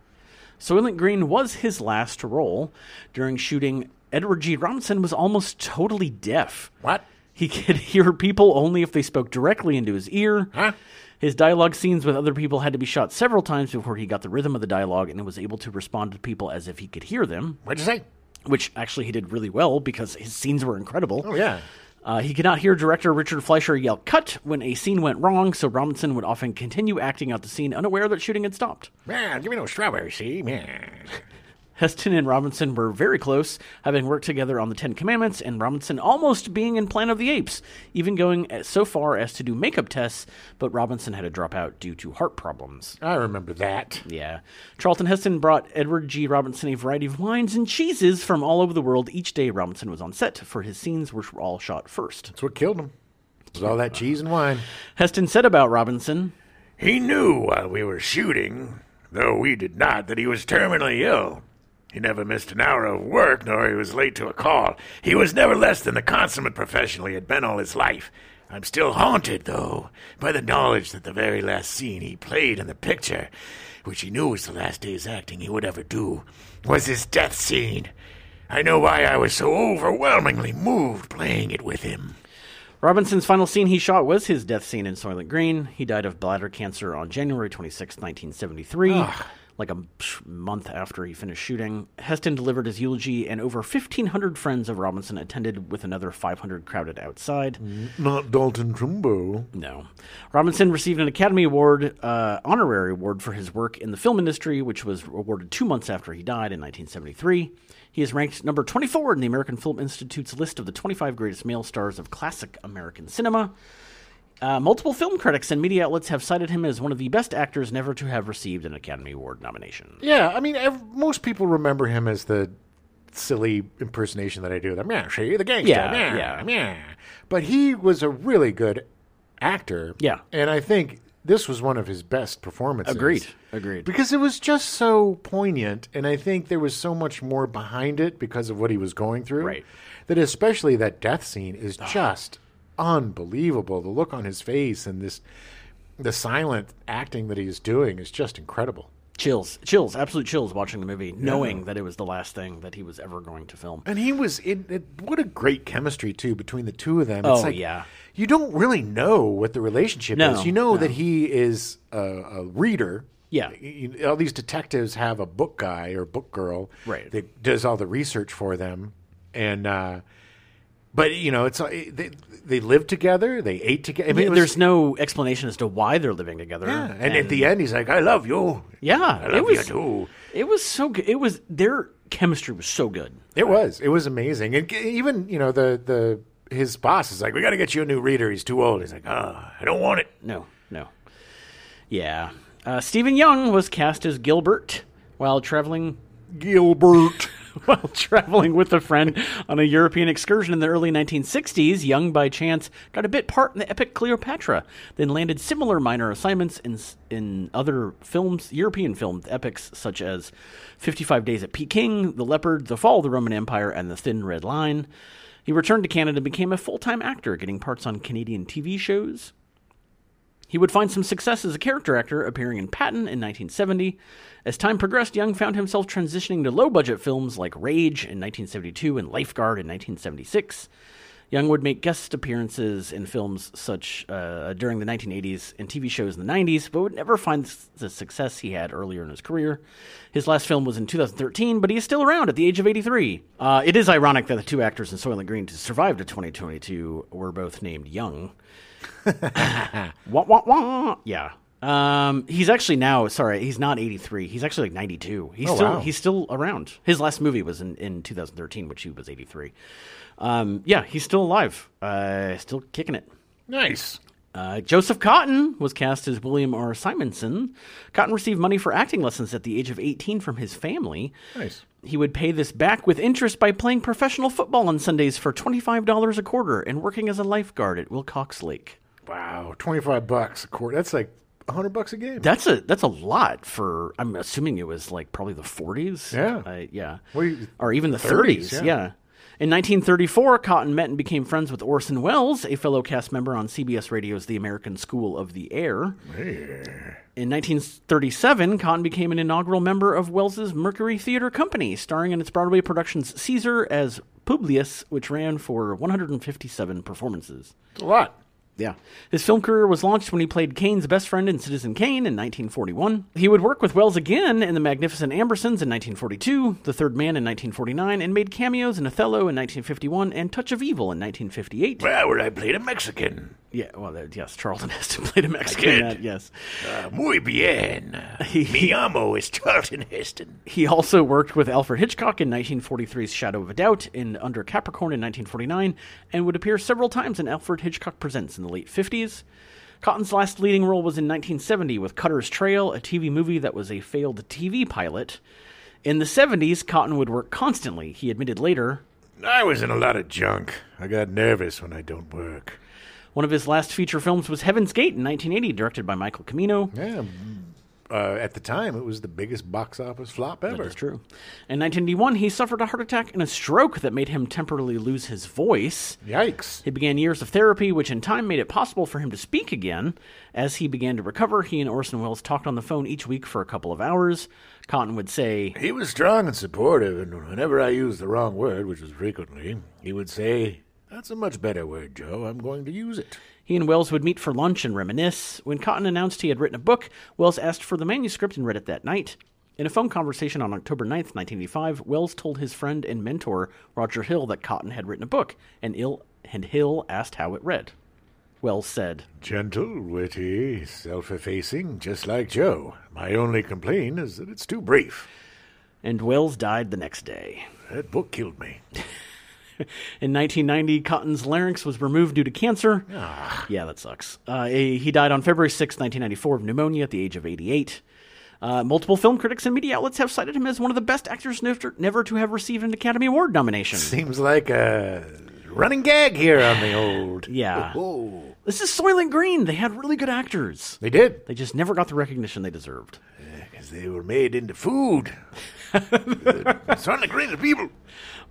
[SPEAKER 2] Soylent Green was his last role. During shooting, Edward G. Robinson was almost totally deaf.
[SPEAKER 1] What?
[SPEAKER 2] He could hear people only if they spoke directly into his ear.
[SPEAKER 1] Huh?
[SPEAKER 2] His dialogue scenes with other people had to be shot several times before he got the rhythm of the dialogue and was able to respond to people as if he could hear them,
[SPEAKER 1] What'd you say?
[SPEAKER 2] which actually he did really well because his scenes were incredible.
[SPEAKER 1] Oh yeah.
[SPEAKER 2] Uh, he could not hear director Richard Fleischer yell cut when a scene went wrong, so Robinson would often continue acting out the scene unaware that shooting had stopped.
[SPEAKER 1] Man, give me no strawberry, see? Man.
[SPEAKER 2] Heston and Robinson were very close, having worked together on the Ten Commandments, and Robinson almost being in Planet of the Apes, even going as- so far as to do makeup tests, but Robinson had to drop out due to heart problems.
[SPEAKER 1] I remember that.
[SPEAKER 2] Yeah. Charlton Heston brought Edward G. Robinson a variety of wines and cheeses from all over the world each day Robinson was on set, for his scenes which were all shot first.
[SPEAKER 1] That's what killed him. Was all that cheese and wine.
[SPEAKER 2] Heston said about Robinson,
[SPEAKER 1] He knew while we were shooting, though we did not, that he was terminally ill. He never missed an hour of work, nor he was late to a call. He was never less than the consummate professional he had been all his life. I'm still haunted, though, by the knowledge that the very last scene he played in the picture, which he knew was the last day's acting he would ever do, was his death scene. I know why I was so overwhelmingly moved playing it with him.
[SPEAKER 2] Robinson's final scene he shot was his death scene in Soylent Green. He died of bladder cancer on January 26, 1973, like a m- psh, month after he finished shooting. Heston delivered his eulogy, and over 1,500 friends of Robinson attended, with another 500 crowded outside.
[SPEAKER 1] Not Dalton Trumbo.
[SPEAKER 2] No. Robinson received an Academy Award, uh, honorary award for his work in the film industry, which was awarded two months after he died in 1973. He is ranked number 24 in the American Film Institute's list of the 25 greatest male stars of classic American cinema. Uh, multiple film critics and media outlets have cited him as one of the best actors never to have received an Academy Award nomination.
[SPEAKER 1] Yeah, I mean, ev- most people remember him as the silly impersonation that I do. The meh, she, the gangster.
[SPEAKER 2] Yeah,
[SPEAKER 1] meh,
[SPEAKER 2] yeah.
[SPEAKER 1] meh." But he was a really good actor.
[SPEAKER 2] Yeah.
[SPEAKER 1] and I think this was one of his best performances.
[SPEAKER 2] Agreed.
[SPEAKER 1] Because it was just so poignant, and I think there was so much more behind it because of what he was going through.
[SPEAKER 2] Right.
[SPEAKER 1] That especially that death scene is just unbelievable. The look on his face and this, the silent acting that he's doing is just incredible.
[SPEAKER 2] Chills, chills, absolute chills watching the movie, knowing that it was the last thing that he was ever going to film.
[SPEAKER 1] And he was in it, what a great chemistry too between the two of them.
[SPEAKER 2] Oh,
[SPEAKER 1] it's like,
[SPEAKER 2] yeah.
[SPEAKER 1] You don't really know what the relationship
[SPEAKER 2] No,
[SPEAKER 1] is. You know that he is a, a reader.
[SPEAKER 2] Yeah.
[SPEAKER 1] You- you- all these detectives have a book guy or book girl
[SPEAKER 2] Right.
[SPEAKER 1] that does all the research for them, and uh, but you know it's uh, they they lived together, they ate together. I mean, it was-
[SPEAKER 2] there's no explanation as to why they're living together.
[SPEAKER 1] yeah. and, at the end he's like, "I love you."
[SPEAKER 2] yeah,
[SPEAKER 1] I love
[SPEAKER 2] it was
[SPEAKER 1] you too.
[SPEAKER 2] it was so good. It was their chemistry was so good.
[SPEAKER 1] It was. It was amazing. And g- even you know the the his boss is like, "We got to get you a new reader. He's too old." He's like, "Ah, I don't want it."
[SPEAKER 2] No, no, yeah. Uh, Stephen Young was cast as Gilbert while traveling
[SPEAKER 1] Gilbert.
[SPEAKER 2] While traveling with a friend on a European excursion in the early 1960s, Young by chance got a bit part in the epic Cleopatra, then landed similar minor assignments in in other films, European filmed epics such as 55 Days at Peking, The Leopard, The Fall of the Roman Empire, and The Thin Red Line. He returned to Canada and became a full-time actor, getting parts on Canadian TV shows, he would find some success as a character actor, appearing in Patton in 1970. As time progressed, Young found himself transitioning to low budget films like Rage in 1972 and Lifeguard in 1976. Young would make guest appearances in films such uh, during the 1980s and TV shows in the 90s, but would never find s- the success he had earlier in his career. His last film was in 2013, but he is still around at the age of 83. Uh, it is ironic that the two actors in Soylent Green to survive to 2022 were both named Young. Wah, wah, wah. Yeah. Um, he's actually now, sorry, he's not 83. He's actually like 92. He's still,
[SPEAKER 1] wow.
[SPEAKER 2] he's still around. His last movie was in, in 2013, which he was 83. Um, yeah, he's still alive. Uh, still kicking it.
[SPEAKER 1] nice.
[SPEAKER 2] Uh, Joseph Cotton was cast as William R. Simonson. Cotton received money for acting lessons at the age of 18 from his family.
[SPEAKER 1] Nice.
[SPEAKER 2] He would pay this back with interest by playing professional football on Sundays for $25 a quarter and working as a lifeguard at Wilcox Lake.
[SPEAKER 1] Wow, twenty five bucks a quarter. That's like hundred bucks a game.
[SPEAKER 2] That's a that's a lot for. I'm assuming it was like probably the 40s.
[SPEAKER 1] Yeah.
[SPEAKER 2] uh, yeah,
[SPEAKER 1] Well, you-
[SPEAKER 2] or even the 30s.
[SPEAKER 1] 30s,
[SPEAKER 2] yeah.
[SPEAKER 1] yeah.
[SPEAKER 2] In 1934, Cotton met and became friends with Orson Welles, a fellow cast member on CBS Radio's The American School of the Air. In 1937, Cotton became an inaugural member of Wells's Mercury Theater Company, starring in its Broadway productions Caesar as Publius, which ran for 157 performances.
[SPEAKER 1] That's a lot.
[SPEAKER 2] Yeah. His film career was launched when he played Kane's best friend in Citizen Kane in 1941. He would work with Wells again in The Magnificent Ambersons in 1942, The Third Man in 1949, and made cameos in Othello in 1951 and Touch of Evil in 1958.
[SPEAKER 1] Well, where I played a Mexican.
[SPEAKER 2] Yeah, well, that- yes, Charlton Heston played a Mexican. in
[SPEAKER 1] did.
[SPEAKER 2] that, yes.
[SPEAKER 1] Uh, muy bien. Mi amo is Charlton Heston.
[SPEAKER 2] He also worked with Alfred Hitchcock in 1943's Shadow of a Doubt and Under Capricorn in 1949, and would appear several times in Alfred Hitchcock Presents in the late 50s. Cotton's last leading role was in 1970 with Cutter's Trail, a TV movie that was a failed TV pilot. In the 70s, Cotton would work constantly. He admitted later,
[SPEAKER 1] I was in a lot of junk. I got nervous when I don't work.
[SPEAKER 2] one of his last feature films was Heaven's Gate in 1980, directed by Michael Camino.
[SPEAKER 1] Yeah. Uh, at the time, it was the biggest box office flop ever.
[SPEAKER 2] That's true. In 1981, he suffered a heart attack and a stroke that made him temporarily lose his voice.
[SPEAKER 1] Yikes.
[SPEAKER 2] He began years of therapy, which in time made it possible for him to speak again. As he began to recover, he and Orson Welles talked on the phone each week for a couple of hours. Cotton would say,
[SPEAKER 1] He was strong and supportive, and whenever I used the wrong word, which was frequently, he would say, That's a much better word, Joe. I'm going to use it.
[SPEAKER 2] he and Wells would meet for lunch and reminisce. When Cotton announced he had written a book, Wells asked for the manuscript and read it that night. In a phone conversation on October 9th, 1985, Wells told his friend and mentor, Roger Hill, that Cotton had written a book, and, Ill- and Hill asked how it read. Wells said,
[SPEAKER 1] Gentle, witty, self effacing, just like Joe. My only complaint is that it's too brief.
[SPEAKER 2] and Wells died the next day.
[SPEAKER 1] That book killed me.
[SPEAKER 2] In 1990, Cotton's larynx was removed due to cancer. Yeah, that sucks. Uh, he he died on February 6, 1994, of pneumonia at the age of 88. Uh, multiple film critics and media outlets have cited him as one of the best actors never, never to have received an Academy Award nomination.
[SPEAKER 1] Seems like a running gag here on the old.
[SPEAKER 2] Yeah.
[SPEAKER 1] Oh,
[SPEAKER 2] This is Soylent Green. They had really good actors.
[SPEAKER 1] they did.
[SPEAKER 2] They just never got the recognition they deserved.
[SPEAKER 1] Because they were made into food. it's on the grain of people.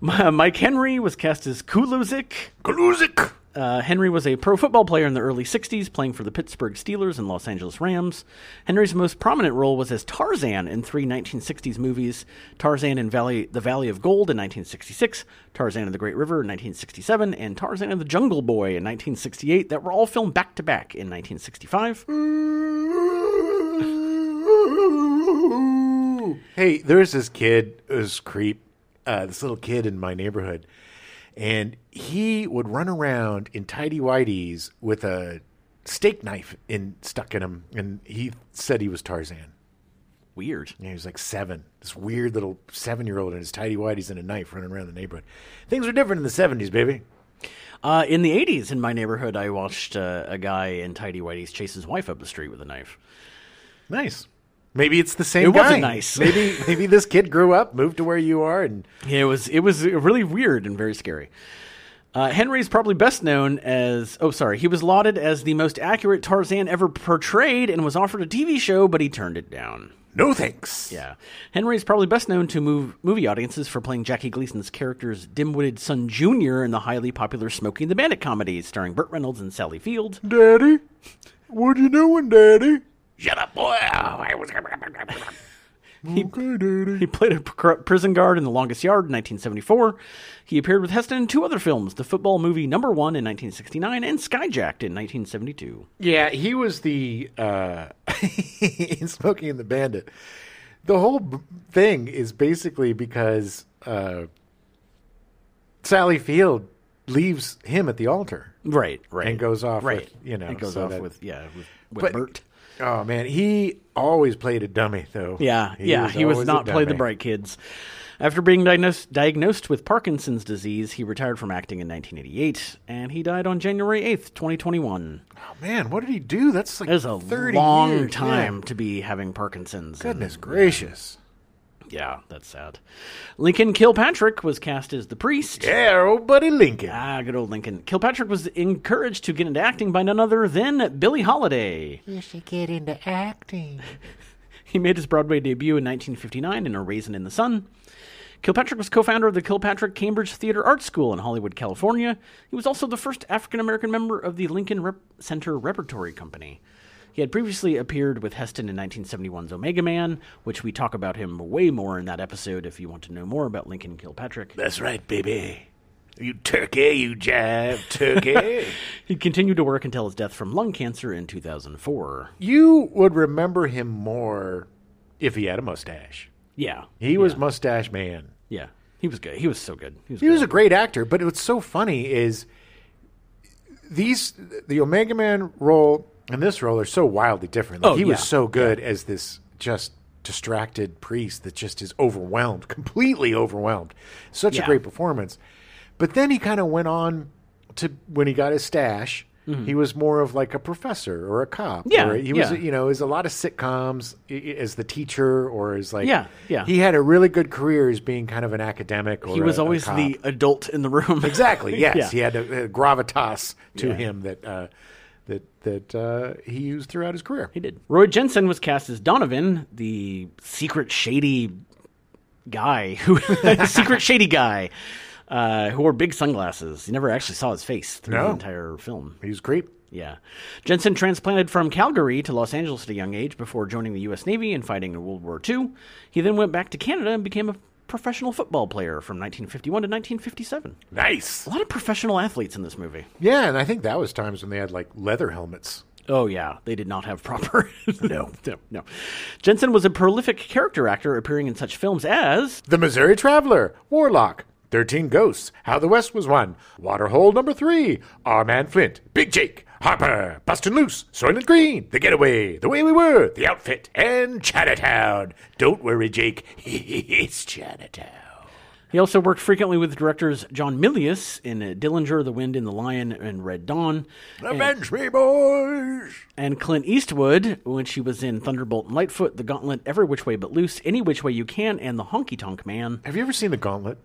[SPEAKER 2] M- Mike Henry was cast as Kuluzik.
[SPEAKER 1] Kaluzik.
[SPEAKER 2] Uh, Henry was a pro football player in the early 60s, playing for the Pittsburgh Steelers and Los Angeles Rams. Henry's most prominent role was as Tarzan in three 1960s movies Tarzan in Valley, The Valley of Gold in 1966, Tarzan and the Great River in 1967, and Tarzan and the Jungle Boy in 1968, that were all filmed back to back in 1965.
[SPEAKER 1] Hey, there's this kid, this creep, uh, this little kid in my neighborhood, and he would run around in tidy whities with a steak knife in stuck in him, and he said he was Tarzan.
[SPEAKER 2] Weird.
[SPEAKER 1] And he was like seven, this weird little seven-year-old in his tidy whities and a knife running around the neighborhood. Things were different in the '70s, baby.
[SPEAKER 2] Uh, in the 80s, in my neighborhood, I watched uh, a guy in Tidy Whitey's chase his wife up the street with a knife.
[SPEAKER 1] Nice. Maybe it's the same.
[SPEAKER 2] It wasn't
[SPEAKER 1] guy.
[SPEAKER 2] nice.
[SPEAKER 1] Maybe maybe this kid grew up, moved to where you are, and
[SPEAKER 2] Yeah, it was it was really weird and very scary. Uh, Henry is probably best known as oh sorry he was lauded as the most accurate Tarzan ever portrayed and was offered a TV show but he turned it down.
[SPEAKER 1] no thanks.
[SPEAKER 2] Yeah, Henry is probably best known to move, movie audiences for playing Jackie Gleason's character's dim-witted son Junior in the highly popular Smoking the Bandit comedy starring Burt Reynolds and Sally Field.
[SPEAKER 1] Daddy, what are you doing, Daddy?
[SPEAKER 2] Shut up, boy! I was
[SPEAKER 1] okay, Daddy.
[SPEAKER 2] He played a pr- prison guard in The Longest Yard in 1974. He appeared with Heston in two other films, the football movie Number One in 1969 and Skyjacked in 1972.
[SPEAKER 1] Yeah, he was the uh, in Smoking and the Bandit. The whole b- thing is basically because uh, Sally Field leaves him at the altar.
[SPEAKER 2] Right, right.
[SPEAKER 1] And goes off
[SPEAKER 2] right.
[SPEAKER 1] with, you know,
[SPEAKER 2] and goes
[SPEAKER 1] so
[SPEAKER 2] off
[SPEAKER 1] that-
[SPEAKER 2] with, yeah, with, with
[SPEAKER 1] But-
[SPEAKER 2] Bert.
[SPEAKER 1] Oh man, he always played a dummy though.
[SPEAKER 2] Yeah, yeah, he was
[SPEAKER 1] always a
[SPEAKER 2] not played the
[SPEAKER 1] dummy.
[SPEAKER 2] bright kids. After being diagnosed, diagnosed with Parkinson's disease, he retired from acting in 1988, and he died on January 8th, 2021.
[SPEAKER 1] Oh, man, what did he do? That's like
[SPEAKER 2] That is a
[SPEAKER 1] 30
[SPEAKER 2] long
[SPEAKER 1] years, yeah.
[SPEAKER 2] time to be having Parkinson's. and-
[SPEAKER 1] Goodness gracious.
[SPEAKER 2] Yeah, that's sad. Lincoln Kilpatrick was cast as the priest.
[SPEAKER 1] Yeah, old buddy Lincoln.
[SPEAKER 2] Ah, good old Lincoln. Kilpatrick was encouraged to get into acting by none other than Billie Holiday.
[SPEAKER 4] You should get into acting.
[SPEAKER 2] He made his Broadway debut in 1959 in A Raisin in the Sun. Kilpatrick was co founder of the Kilpatrick Cambridge Theater Art School in Hollywood, California. He was also the first African American member of the Lincoln Rep- Center Repertory Company. He had previously appeared with Heston in 1971's Omega Man, which we talk about him way more in that episode if you want to know more about Lincoln Kilpatrick.
[SPEAKER 1] That's right, baby. You turkey, you jab turkey.
[SPEAKER 2] He continued to work until his death from lung cancer in 2004.
[SPEAKER 1] you would remember him more if he had a mustache.
[SPEAKER 2] Yeah.
[SPEAKER 1] He was mustache man.
[SPEAKER 2] Yeah. He was good. He was so good. He was,
[SPEAKER 1] He
[SPEAKER 2] good.
[SPEAKER 1] was a great actor, but what's so funny is these the Omega Man role and this role are so wildly different. Like
[SPEAKER 2] Oh,
[SPEAKER 1] he was
[SPEAKER 2] yeah.
[SPEAKER 1] so good as this just distracted priest that just is overwhelmed, completely overwhelmed. Such
[SPEAKER 2] Yeah.
[SPEAKER 1] a great performance. But then he kind of went on to when he got his stash, he was more of like a professor or a cop.
[SPEAKER 2] Mm-hmm. Yeah,
[SPEAKER 1] or he was
[SPEAKER 2] yeah.
[SPEAKER 1] you know is a lot of sitcoms i- i- as the teacher or as like
[SPEAKER 2] Yeah, yeah.
[SPEAKER 1] He had a really good career as being kind of an academic. Or
[SPEAKER 2] He was
[SPEAKER 1] a- a
[SPEAKER 2] always
[SPEAKER 1] cop.
[SPEAKER 2] the adult in the room.
[SPEAKER 1] Exactly. Yes,
[SPEAKER 2] Yeah.
[SPEAKER 1] he had a, a gravitas to
[SPEAKER 2] Yeah.
[SPEAKER 1] him that uh, that that uh, he used throughout his career.
[SPEAKER 2] He did. Roy Jensen was cast as Donovan, the secret shady guy who secret shady guy uh, who wore big sunglasses. You never actually saw his face through the
[SPEAKER 1] No.
[SPEAKER 2] entire film.
[SPEAKER 1] He was great.
[SPEAKER 2] Yeah. Jensen transplanted from Calgary to Los Angeles at a young age before joining the U.S. Navy and fighting in World War II. He then went back to Canada and became a professional football player from 1951 to 1957.
[SPEAKER 1] Nice.
[SPEAKER 2] A lot of professional athletes in this movie.
[SPEAKER 1] Yeah, and I think that was times when they had like leather helmets.
[SPEAKER 2] Oh yeah, they did not have proper. no, no, no. Jensen was a prolific character actor, appearing in such films as
[SPEAKER 1] The Missouri Traveler, Warlock, Thirteen Ghosts, How the West Was Won, Waterhole Number Three, Our Man Flint, Big Jake, Harper, Bustin' Loose, Soylent Green, The Getaway, The Way We Were, The Outfit, and Chinatown. Don't worry, Jake, it's Chinatown.
[SPEAKER 2] he also worked frequently with directors John Milius in uh, Dillinger, The Wind and the Lion, and Red Dawn,
[SPEAKER 1] Avenge me, boys!
[SPEAKER 2] and Clint Eastwood when she was in Thunderbolt and Lightfoot, The Gauntlet, Every Which Way But Loose, Any Which Way You Can, and The Honky Tonk Man.
[SPEAKER 1] Have you ever seen The Gauntlet?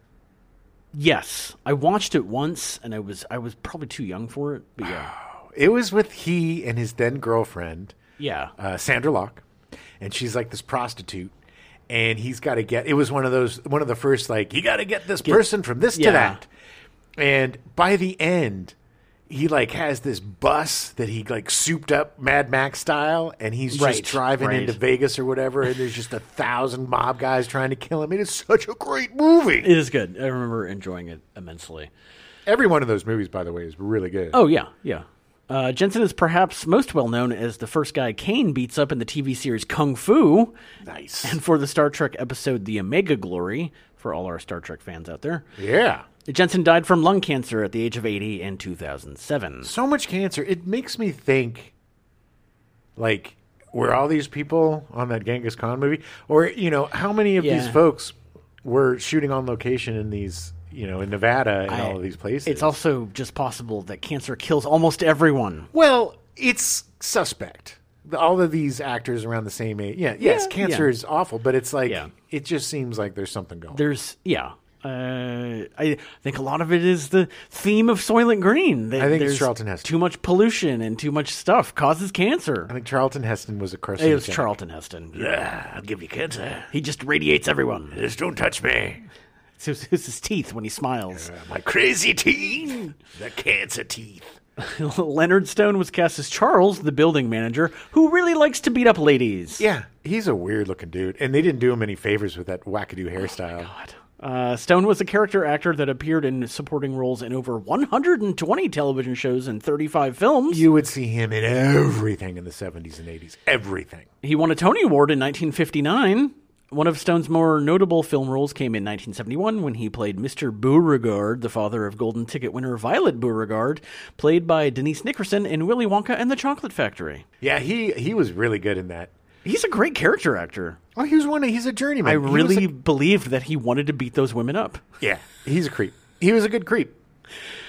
[SPEAKER 2] Yes, I watched it once, and I was I was probably too young for it, but yeah,
[SPEAKER 1] It was with he and his then girlfriend,
[SPEAKER 2] yeah.
[SPEAKER 1] uh, Sandra Locke, and she's like this prostitute. And he's got to get. It was one of those, one of the first like you got to get this person from this
[SPEAKER 2] yeah.
[SPEAKER 1] to that. And by the end, he like has this bus that he like souped up Mad Max style, and he's
[SPEAKER 2] Right,
[SPEAKER 1] just driving
[SPEAKER 2] right.
[SPEAKER 1] into Vegas or whatever. And there's just a thousand mob guys trying to kill him. It is such a great movie.
[SPEAKER 2] it is good. I remember enjoying it immensely.
[SPEAKER 1] Every one of those movies, by the way, is really good.
[SPEAKER 2] Oh yeah, yeah. Uh, Jensen is perhaps most well known as the first guy Kane beats up in the TV series Kung Fu,
[SPEAKER 1] nice.
[SPEAKER 2] and for the Star Trek episode The Omega Glory. For all our Star Trek fans out there,
[SPEAKER 1] yeah.
[SPEAKER 2] Jensen died from lung cancer at the age of 80 in 2007.
[SPEAKER 1] so much cancer. It makes me think, like, were all these people on that Genghis Khan movie, or you know, how many of these
[SPEAKER 2] Yeah.
[SPEAKER 1] folks were shooting on location in these, you know, in Nevada and all of these places?
[SPEAKER 2] It's also just possible that cancer kills almost everyone.
[SPEAKER 1] well, it's suspect. the, all of these actors around the same age. Yeah, yes,
[SPEAKER 2] Yeah,
[SPEAKER 1] cancer
[SPEAKER 2] yeah.
[SPEAKER 1] is awful, but it's like
[SPEAKER 2] Yeah.
[SPEAKER 1] it just seems like there's something going.
[SPEAKER 2] There's yeah. Uh, I think a lot of it is the theme of Soylent Green. That
[SPEAKER 1] I think it's
[SPEAKER 2] there's
[SPEAKER 1] Charlton Heston.
[SPEAKER 2] Too much pollution and too much stuff causes cancer.
[SPEAKER 1] I think Charlton Heston was a carcinogen.
[SPEAKER 2] It was Charlton Heston. Yeah, I'll give you cancer. He just radiates everyone. Just don't touch me. It's, it's- it's his teeth when he smiles.
[SPEAKER 1] My crazy teeth, the cancer teeth.
[SPEAKER 2] Leonard Stone was cast as Charles, the building manager, who really likes to beat up ladies.
[SPEAKER 1] Yeah, he's a weird looking dude, and they didn't do him any favors with that wackadoo hairstyle.
[SPEAKER 2] Uh, Stone was a character actor that appeared in supporting roles in over 120 television shows and 35 films.
[SPEAKER 1] you would see him in everything in the 70s and 80s. Everything.
[SPEAKER 2] He won a Tony Award in 1959. One of Stone's more notable film roles came in 1971 when he played Mr. Beauregard, the father of Golden Ticket winner Violet Beauregard, played by Denise Nickerson in Willy Wonka and the Chocolate Factory.
[SPEAKER 1] Yeah, he he was really good in that.
[SPEAKER 2] He's a great character actor.
[SPEAKER 1] Oh, he was one. Of, he's a journeyman.
[SPEAKER 2] I
[SPEAKER 1] He was a-
[SPEAKER 2] really believed that he wanted to beat those women up.
[SPEAKER 1] yeah. He's a creep. He was a good creep.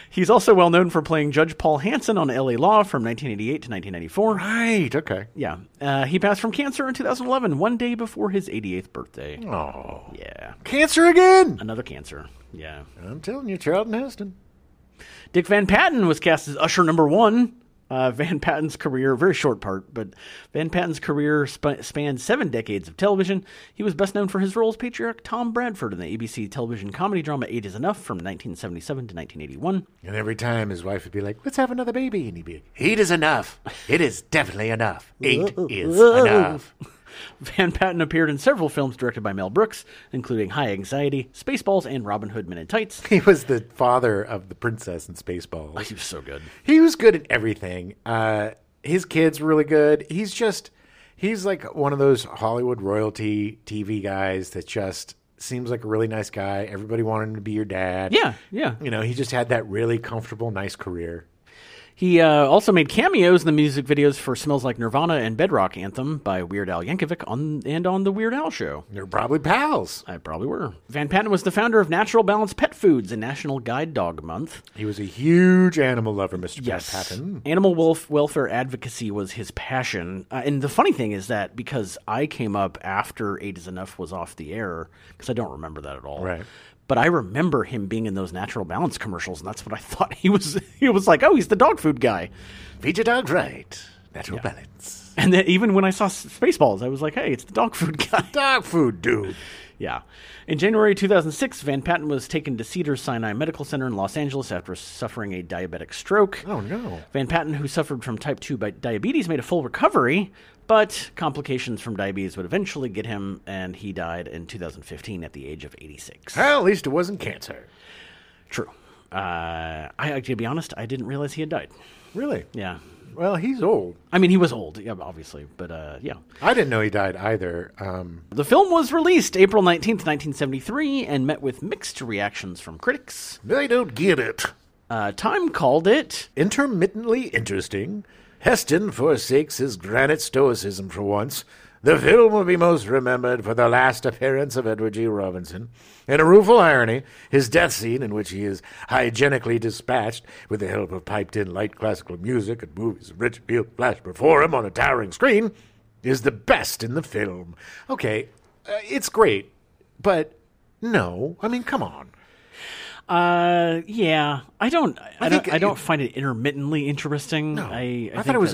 [SPEAKER 2] He's also well known for playing Judge Paul Hanson on LA Law from 1988 to 1994.
[SPEAKER 1] Right. Okay.
[SPEAKER 2] Yeah. Uh, he passed from cancer in 2011, one day before his 88th birthday.
[SPEAKER 1] Oh,
[SPEAKER 2] Yeah.
[SPEAKER 1] cancer again.
[SPEAKER 2] Another cancer. Yeah.
[SPEAKER 1] I'm telling you, Charlton Heston.
[SPEAKER 2] Dick Van Patten was cast as Usher number one. Uh, Van Patten's career, very short part, but Van Patten's career sp- spanned seven decades of television. He was best known for his role as patriarch Tom Bradford in the ABC television comedy drama Eight Is Enough from 1977 to 1981.
[SPEAKER 1] And every time his wife would be like, "Let's have another baby," and he'd be, like, "Eight is enough. It is definitely enough. Eight is enough."
[SPEAKER 2] Van Patten appeared in several films directed by Mel Brooks, including High Anxiety, Spaceballs, and Robin Hood Men in Tights.
[SPEAKER 1] He was the father of the princess in Spaceballs.
[SPEAKER 2] He was so good.
[SPEAKER 1] He was good at everything. Uh, his kids were really good. He's just he's like one of those Hollywood royalty TV guys that just seems like a really nice guy. Everybody wanted him to be your dad.
[SPEAKER 2] Yeah, yeah.
[SPEAKER 1] You know, he just had that really comfortable, nice career.
[SPEAKER 2] He uh, also made cameos in the music videos for "Smells Like Nirvana" and "Bedrock Anthem" by Weird Al Yankovic on and on the Weird Al Show.
[SPEAKER 1] They're probably pals.
[SPEAKER 2] I probably were. Van Patten was the founder of Natural Balance Pet Foods and National Guide Dog Month.
[SPEAKER 1] He was a huge animal lover, Mr. Patton.
[SPEAKER 2] Animal wolf welfare advocacy was his passion. Uh, and the funny thing is that because I came up after Eight is Enough was off the air, because I don't remember that at all.
[SPEAKER 1] Right.
[SPEAKER 2] But I remember him being in those Natural Balance commercials, and that's what I thought he was. He was like, oh, he's the dog food guy.
[SPEAKER 1] Feed your dog right. Natural balance.
[SPEAKER 2] And then even when I saw S- Spaceballs, I was like, hey, it's the dog food guy.
[SPEAKER 1] Dog food, dude.
[SPEAKER 2] yeah. In January 2006, Van Patten was taken to Cedar Sinai Medical Center in Los Angeles after suffering a diabetic stroke.
[SPEAKER 1] Oh no.
[SPEAKER 2] Van Patten, who suffered from type 2 bi- diabetes, made a full recovery, but complications from diabetes would eventually get him, and he died in 2015 at the age of 86.
[SPEAKER 1] Well, at least it wasn't cancer.
[SPEAKER 2] True. Uh, I, to be honest, I didn't realize he had died.
[SPEAKER 1] Really?
[SPEAKER 2] Yeah.
[SPEAKER 1] Well, he's old.
[SPEAKER 2] I mean, he was old, yeah, obviously, but uh, yeah.
[SPEAKER 1] I didn't know he died either. Um,
[SPEAKER 2] The film was released April 19th, 1973, and met with mixed reactions from critics.
[SPEAKER 1] I don't get it.
[SPEAKER 2] Uh, Time called it
[SPEAKER 1] Intermittently interesting, Heston forsakes his granite stoicism for once. The film will be most remembered for the last appearance of Edward G. Robinson. In a rueful irony, his death scene, in which he is hygienically dispatched with the help of piped in light classical music and movies of rich field flash before him on a towering screen, is the best in the film. Okay, uh, it's great, but no. I mean, come on.
[SPEAKER 2] Uh, yeah. I don't. I,
[SPEAKER 1] I
[SPEAKER 2] don't.
[SPEAKER 1] think
[SPEAKER 2] I don't
[SPEAKER 1] it-
[SPEAKER 2] find it intermittently interesting.
[SPEAKER 1] No.
[SPEAKER 2] I, I,
[SPEAKER 1] Oh, thought it was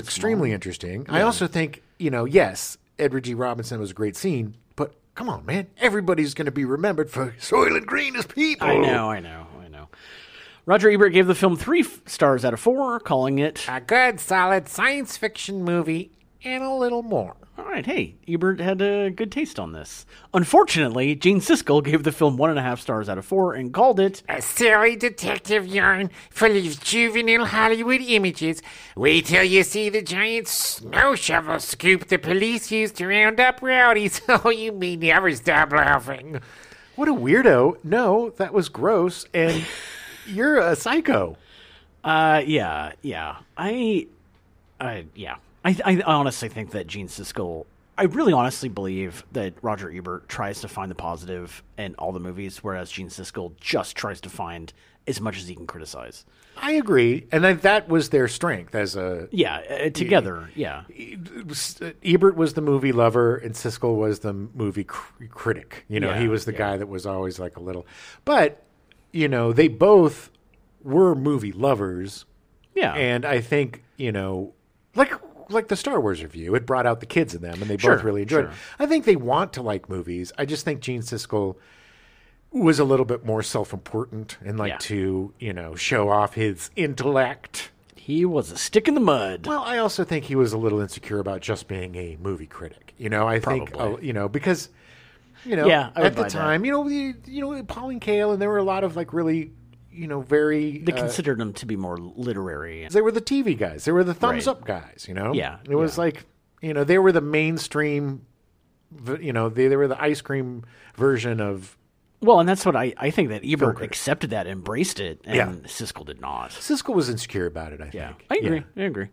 [SPEAKER 1] extremely
[SPEAKER 2] extremely
[SPEAKER 1] interesting. I also think, you know, yes, Edward G. Robinson was a great scene, but come on, man. Everybody's going to be remembered for Soylent Green as people.
[SPEAKER 2] I know. I know. I know. Roger Ebert gave the film three f- stars out of four, calling it.
[SPEAKER 1] A good, solid science fiction movie and a little more.
[SPEAKER 2] All right, hey, Ebert had a good taste on this. Unfortunately, Gene Siskel gave the film one and a half stars out of four and called it
[SPEAKER 4] A silly detective yarn full of juvenile Hollywood images. Wait till you see the giant snow shovel scoop the police used to round up rowdies. Oh, you may never stop laughing.
[SPEAKER 1] What a weirdo. No, that was gross. And you're a psycho.
[SPEAKER 2] Uh, yeah, yeah. I, I, yeah. I, I honestly think that Gene Siskel I really honestly believe that Roger Ebert tries to find the positive in all the movies, whereas Gene Siskel just tries to find as much as he can criticize.
[SPEAKER 1] I agree, and I, that was their strength as a.
[SPEAKER 2] Yeah, uh, together. Yeah.
[SPEAKER 1] Ebert was the movie lover, and Siskel was the movie cr- critic. You know,
[SPEAKER 2] Yeah,
[SPEAKER 1] he was the
[SPEAKER 2] yeah.
[SPEAKER 1] guy that was always like a little, but you know, they both were movie lovers,
[SPEAKER 2] Yeah.
[SPEAKER 1] and I think you know, like like the Star Wars review, it brought out the kids in them, and they
[SPEAKER 2] Sure,
[SPEAKER 1] both really enjoyed. it.
[SPEAKER 2] sure.
[SPEAKER 1] I think they want to like movies. I just think Gene Siskel was a little bit more self-important and like
[SPEAKER 2] Yeah.
[SPEAKER 1] to you know show off his intellect.
[SPEAKER 2] he was a stick in the mud.
[SPEAKER 1] Well, I also think he was a little insecure about just being a movie critic. You know, I think uh,
[SPEAKER 2] Probably.
[SPEAKER 1] you know because you know
[SPEAKER 2] Yeah, I would
[SPEAKER 1] at the
[SPEAKER 2] buy that.
[SPEAKER 1] time, you know, you, you know Pauline Kael, and there were a lot of like really you know very
[SPEAKER 2] they
[SPEAKER 1] uh,
[SPEAKER 2] considered him to be more literary.
[SPEAKER 1] they were the TV guys, they were the thumbs
[SPEAKER 2] Right.
[SPEAKER 1] up guys. You know,
[SPEAKER 2] Yeah,
[SPEAKER 1] it was
[SPEAKER 2] yeah.
[SPEAKER 1] like you know they were the mainstream. v- You know, they they were the ice cream version of
[SPEAKER 2] Well, and that's what I, I think that Ebert accepted that, embraced it, and
[SPEAKER 1] Yeah.
[SPEAKER 2] Siskel did not.
[SPEAKER 1] Siskel was insecure about it. I think.
[SPEAKER 2] I agree. I agree.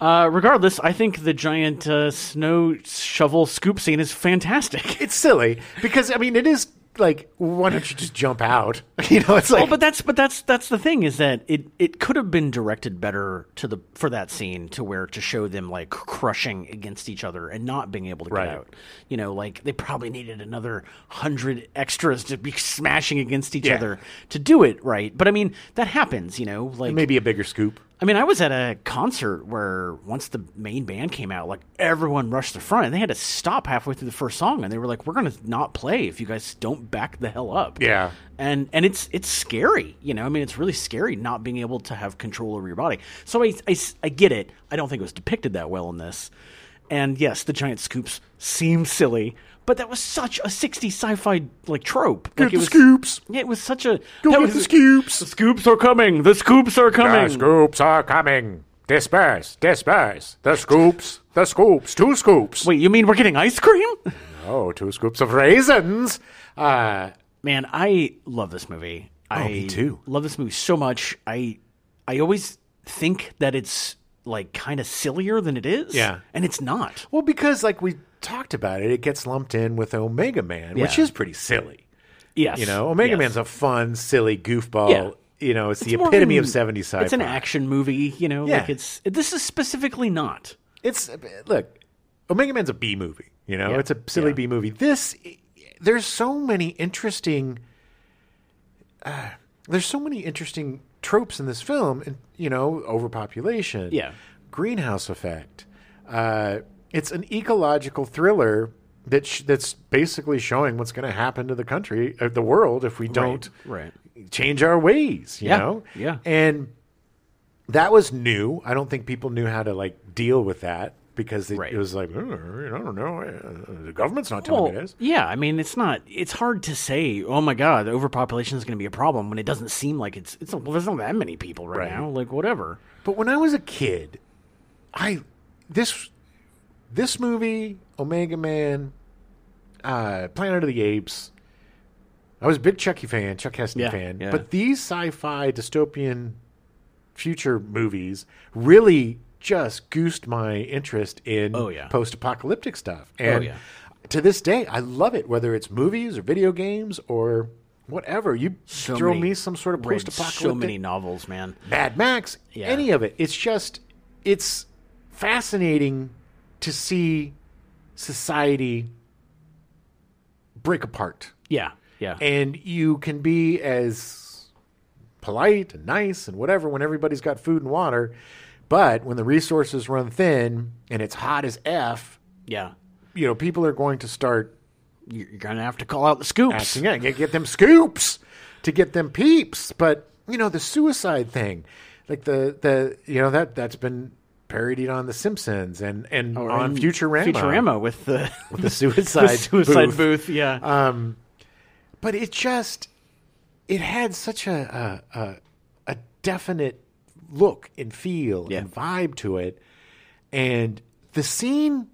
[SPEAKER 2] Uh, regardless, I think the giant uh, snow shovel scoop scene is fantastic.
[SPEAKER 1] It's silly because I mean it is like why don't you just jump out? You know, it's like
[SPEAKER 2] Well, Oh, but that's but that's that's the thing is that it it could have been directed better to the for that scene to where to show them like crushing against each other and not being able to
[SPEAKER 1] Right.
[SPEAKER 2] get out. You know, like they probably needed another hundred extras to be smashing against each
[SPEAKER 1] Yeah.
[SPEAKER 2] other to do it right. But I mean, that happens. You know, like
[SPEAKER 1] maybe a bigger scoop.
[SPEAKER 2] I mean, I was at a concert where once the main band came out, like everyone rushed to the front, and they had to stop halfway through the first song, and they were like, "We're gonna not play if you guys don't back the hell up."
[SPEAKER 1] Yeah.
[SPEAKER 2] and and it's it's scary, you know. I mean, it's really scary not being able to have control over your body. So I I, s- I get it. I don't think it was depicted that well in this. And yes, the giant scoops seem silly, but that was such a 60 sci-fi like trope. Like
[SPEAKER 1] Get
[SPEAKER 2] it
[SPEAKER 1] the
[SPEAKER 2] was,
[SPEAKER 1] scoops.
[SPEAKER 2] Yeah, it was such a
[SPEAKER 1] Go
[SPEAKER 2] that
[SPEAKER 1] get
[SPEAKER 2] was-
[SPEAKER 1] the scoops.
[SPEAKER 2] The scoops are coming. The scoops are coming.
[SPEAKER 3] The scoops are coming. Disperse, disperse.
[SPEAKER 1] The scoops, the scoops, two scoops.
[SPEAKER 2] Wait, you mean we're getting ice cream?
[SPEAKER 1] Oh, two scoops of raisins. Uh,
[SPEAKER 2] Man, I love this movie. I
[SPEAKER 1] Oh, me too.
[SPEAKER 2] Love this movie so much. I I always think that it's like kind of sillier than it is.
[SPEAKER 1] Yeah.
[SPEAKER 2] And it's not.
[SPEAKER 1] well, because like we talked about it, it gets lumped in with Omega Man, which
[SPEAKER 2] Yeah.
[SPEAKER 1] is pretty silly.
[SPEAKER 2] Yes.
[SPEAKER 1] You know, Omega
[SPEAKER 2] yes.
[SPEAKER 1] Man's a fun, silly goofball.
[SPEAKER 2] Yeah.
[SPEAKER 1] You know, it's, the
[SPEAKER 2] more
[SPEAKER 1] epitome
[SPEAKER 2] an-
[SPEAKER 1] of 70s sci-fi.
[SPEAKER 2] It's an action movie, you know,
[SPEAKER 1] Yeah.
[SPEAKER 2] like it's this is specifically not.
[SPEAKER 1] It's look, Omega Man's a B movie. You know, it's a silly B movie. This, there's so many interesting, uh, there's so many interesting tropes in this film, and you know, overpopulation,
[SPEAKER 2] Yeah.
[SPEAKER 1] greenhouse effect. Uh, it's an ecological thriller that sh- that's basically showing what's going to happen to the country, or the world, if we don't
[SPEAKER 2] Right.
[SPEAKER 1] change our ways, you
[SPEAKER 2] Yeah,
[SPEAKER 1] know?
[SPEAKER 2] yeah.
[SPEAKER 1] And that was new. I don't think people knew how to like deal with that because it,
[SPEAKER 2] Right.
[SPEAKER 1] it was like, "Oh, I don't know. uh, The government's not telling
[SPEAKER 2] Well,
[SPEAKER 1] me it is.
[SPEAKER 2] yeah, I mean, it's not. It's hard to say. Oh my God, overpopulation is going to be a problem when it doesn't seem like it's. It's well, there's not that many people
[SPEAKER 1] Right.
[SPEAKER 2] right now. Like whatever.
[SPEAKER 1] But when I was a kid, I this this movie, Omega Man, uh, Planet of the Apes. I was a big Chucky fan, Chuck Heston
[SPEAKER 2] Yeah,
[SPEAKER 1] fan.
[SPEAKER 2] yeah.
[SPEAKER 1] But these sci-fi dystopian future movies really just goosed my interest in
[SPEAKER 2] Oh, yeah. Oh,
[SPEAKER 1] post-apocalyptic stuff. And
[SPEAKER 2] yeah.
[SPEAKER 1] to this day, I love it, whether it's movies or video games or whatever. You
[SPEAKER 2] So
[SPEAKER 1] throw
[SPEAKER 2] many-
[SPEAKER 1] me some sort of
[SPEAKER 2] read
[SPEAKER 1] post-apocalyptic
[SPEAKER 2] So many novels, man.
[SPEAKER 1] Mad Max,
[SPEAKER 2] Yeah.
[SPEAKER 1] any of it. It's just it's fascinating to see society break apart.
[SPEAKER 2] Yeah, yeah,
[SPEAKER 1] And you can be as polite and nice and whatever when everybody's got food and water, but when the resources run thin and it's hot as f,
[SPEAKER 2] yeah.
[SPEAKER 1] you know, people are going to start
[SPEAKER 2] You're you're gonna have to call out the scoops.
[SPEAKER 1] acting out. You get them scoops to get them peeps. But you know the suicide thing, like the the you know that that's been parodied on The Simpsons and Oh, and
[SPEAKER 2] Or
[SPEAKER 1] on
[SPEAKER 2] in
[SPEAKER 1] Futurama.
[SPEAKER 2] Futurama with the, with
[SPEAKER 1] the
[SPEAKER 2] the
[SPEAKER 1] suicide
[SPEAKER 2] suicide
[SPEAKER 1] booth. Uh,
[SPEAKER 2] booth. Yeah,
[SPEAKER 1] But it just it had such a a, a, a definite look and feel
[SPEAKER 2] Yeah.
[SPEAKER 1] and vibe to it, and the scene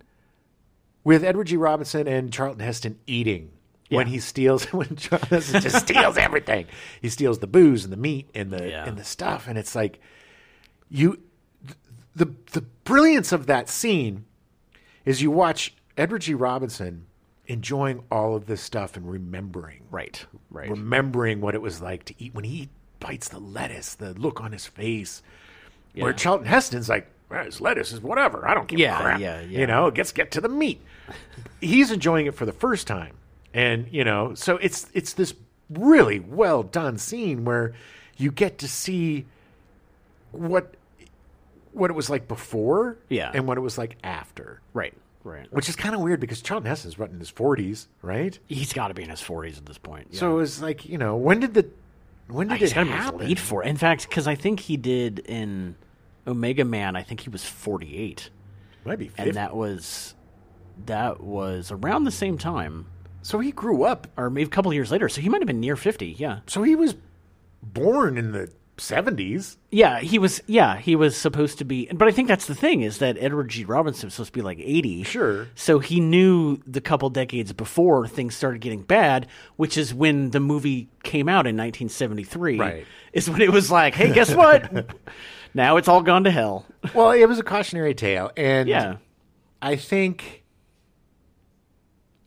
[SPEAKER 1] with Edward G. Robinson and Charlton Heston eating when he steals when Charlton Heston just steals everything. He steals the booze and the meat and the
[SPEAKER 2] Yeah.
[SPEAKER 1] and the stuff, and it's like you th- the the brilliance of that scene is you watch Edward G. Robinson enjoying all of this stuff and remembering,
[SPEAKER 2] Right. Right.
[SPEAKER 1] remembering what it was like to eat when he bites the lettuce, the look on his face. Where
[SPEAKER 2] Yeah.
[SPEAKER 1] Charlton Heston's like, "Well, it's lettuce is whatever. I don't give
[SPEAKER 2] Yeah,
[SPEAKER 1] a crap.
[SPEAKER 2] yeah, yeah.
[SPEAKER 1] You know, let's get to the meat. He's enjoying it for the first time, and you know, so it's it's this really well done scene where you get to see what what it was like before,
[SPEAKER 2] Yeah.
[SPEAKER 1] and what it was like after.
[SPEAKER 2] Right. Right.
[SPEAKER 1] Which is kind of weird because Charlton Heston's right in his forties, right?
[SPEAKER 2] He's got to be in his 40s at this point. yeah.
[SPEAKER 1] So it was like, you know, when did the when did
[SPEAKER 2] he's
[SPEAKER 1] it
[SPEAKER 2] got to be in his
[SPEAKER 1] happen?
[SPEAKER 2] late for. In fact, because I think he did in Omega Man. I think he was 48,
[SPEAKER 1] Might be
[SPEAKER 2] and
[SPEAKER 1] 50.
[SPEAKER 2] that was that was around the same time,
[SPEAKER 1] so he grew up.
[SPEAKER 2] or maybe a couple years later. So he might have been near 50. Yeah.
[SPEAKER 1] So he was born in the seventies.
[SPEAKER 2] Yeah, he was. Yeah, he was supposed to be. But I think that's the thing is that Edward G. Robinson was supposed to be like eighty.
[SPEAKER 1] Sure.
[SPEAKER 2] So he knew the couple decades before things started getting bad, which is when the movie came out in 1973.
[SPEAKER 1] Right.
[SPEAKER 2] Is when it was like, hey, guess what? now it's all gone to hell.
[SPEAKER 1] Well, it was a cautionary tale, and
[SPEAKER 2] Yeah.
[SPEAKER 1] I think,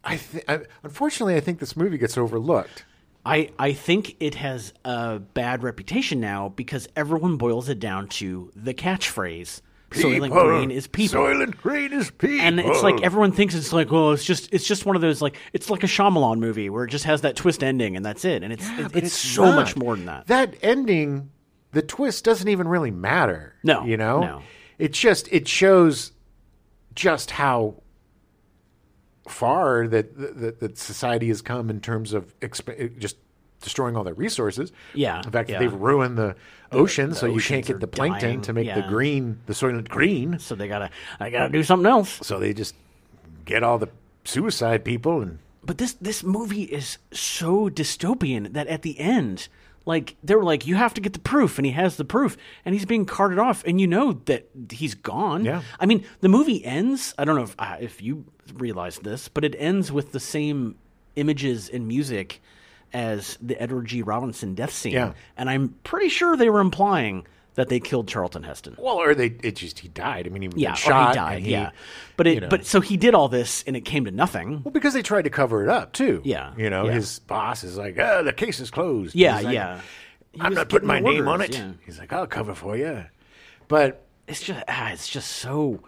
[SPEAKER 1] I, th- I unfortunately, I think this movie gets overlooked.
[SPEAKER 2] I, I think it has a bad reputation now because everyone boils it down to the catchphrase Soylent Green is people.
[SPEAKER 1] Soylent Green is people.
[SPEAKER 2] and it's like everyone thinks it's like, well, it's just it's just one of those like it's like a Shyamalan movie where it just has that twist ending and that's it, and it's
[SPEAKER 1] Yeah,
[SPEAKER 2] it-
[SPEAKER 1] but
[SPEAKER 2] it's, so
[SPEAKER 1] not.
[SPEAKER 2] much more than that.
[SPEAKER 1] That ending, the twist doesn't even really matter.
[SPEAKER 2] No,
[SPEAKER 1] you know,
[SPEAKER 2] no.
[SPEAKER 1] it just it shows just how far that that, that society has come in terms of exp- just destroying all their resources.
[SPEAKER 2] Yeah,
[SPEAKER 1] in fact, that
[SPEAKER 2] yeah.
[SPEAKER 1] they've ruined the ocean, so you can't
[SPEAKER 2] oceans
[SPEAKER 1] get
[SPEAKER 2] are
[SPEAKER 1] the plankton
[SPEAKER 2] dying,
[SPEAKER 1] to make the
[SPEAKER 2] yeah.
[SPEAKER 1] green, the soylent green.
[SPEAKER 2] So they gotta I gotta do something else.
[SPEAKER 1] So they just get all the suicide people and
[SPEAKER 2] But this this movie is so dystopian that at the end, like they were like, you have to get the proof, and he has the proof, and he's being carted off, and you know that he's gone.
[SPEAKER 1] Yeah.
[SPEAKER 2] I mean, the movie ends. I don't know if uh, if you realize this, but it ends with the same images and music as the Edward G. Robinson death scene.
[SPEAKER 1] Yeah.
[SPEAKER 2] And I'm pretty sure they were implying that they killed Charlton Heston.
[SPEAKER 1] well, or they it just he died. I mean, he was
[SPEAKER 2] Yeah, or
[SPEAKER 1] shot.
[SPEAKER 2] he died.
[SPEAKER 1] and he-
[SPEAKER 2] yeah, but it,
[SPEAKER 1] you know.
[SPEAKER 2] but so he did all this, and it came to nothing.
[SPEAKER 1] Well, because they tried to cover it up too.
[SPEAKER 2] Yeah,
[SPEAKER 1] you know,
[SPEAKER 2] yeah.
[SPEAKER 1] his boss is like, "Oh, the case is closed."
[SPEAKER 2] Yeah,
[SPEAKER 1] He's like,
[SPEAKER 2] yeah.
[SPEAKER 1] I'm
[SPEAKER 2] was
[SPEAKER 1] not putting my
[SPEAKER 2] giving
[SPEAKER 1] name on it.
[SPEAKER 2] orders, yeah.
[SPEAKER 1] He's like, "I'll cover for you," but
[SPEAKER 2] it's just ah, it's just so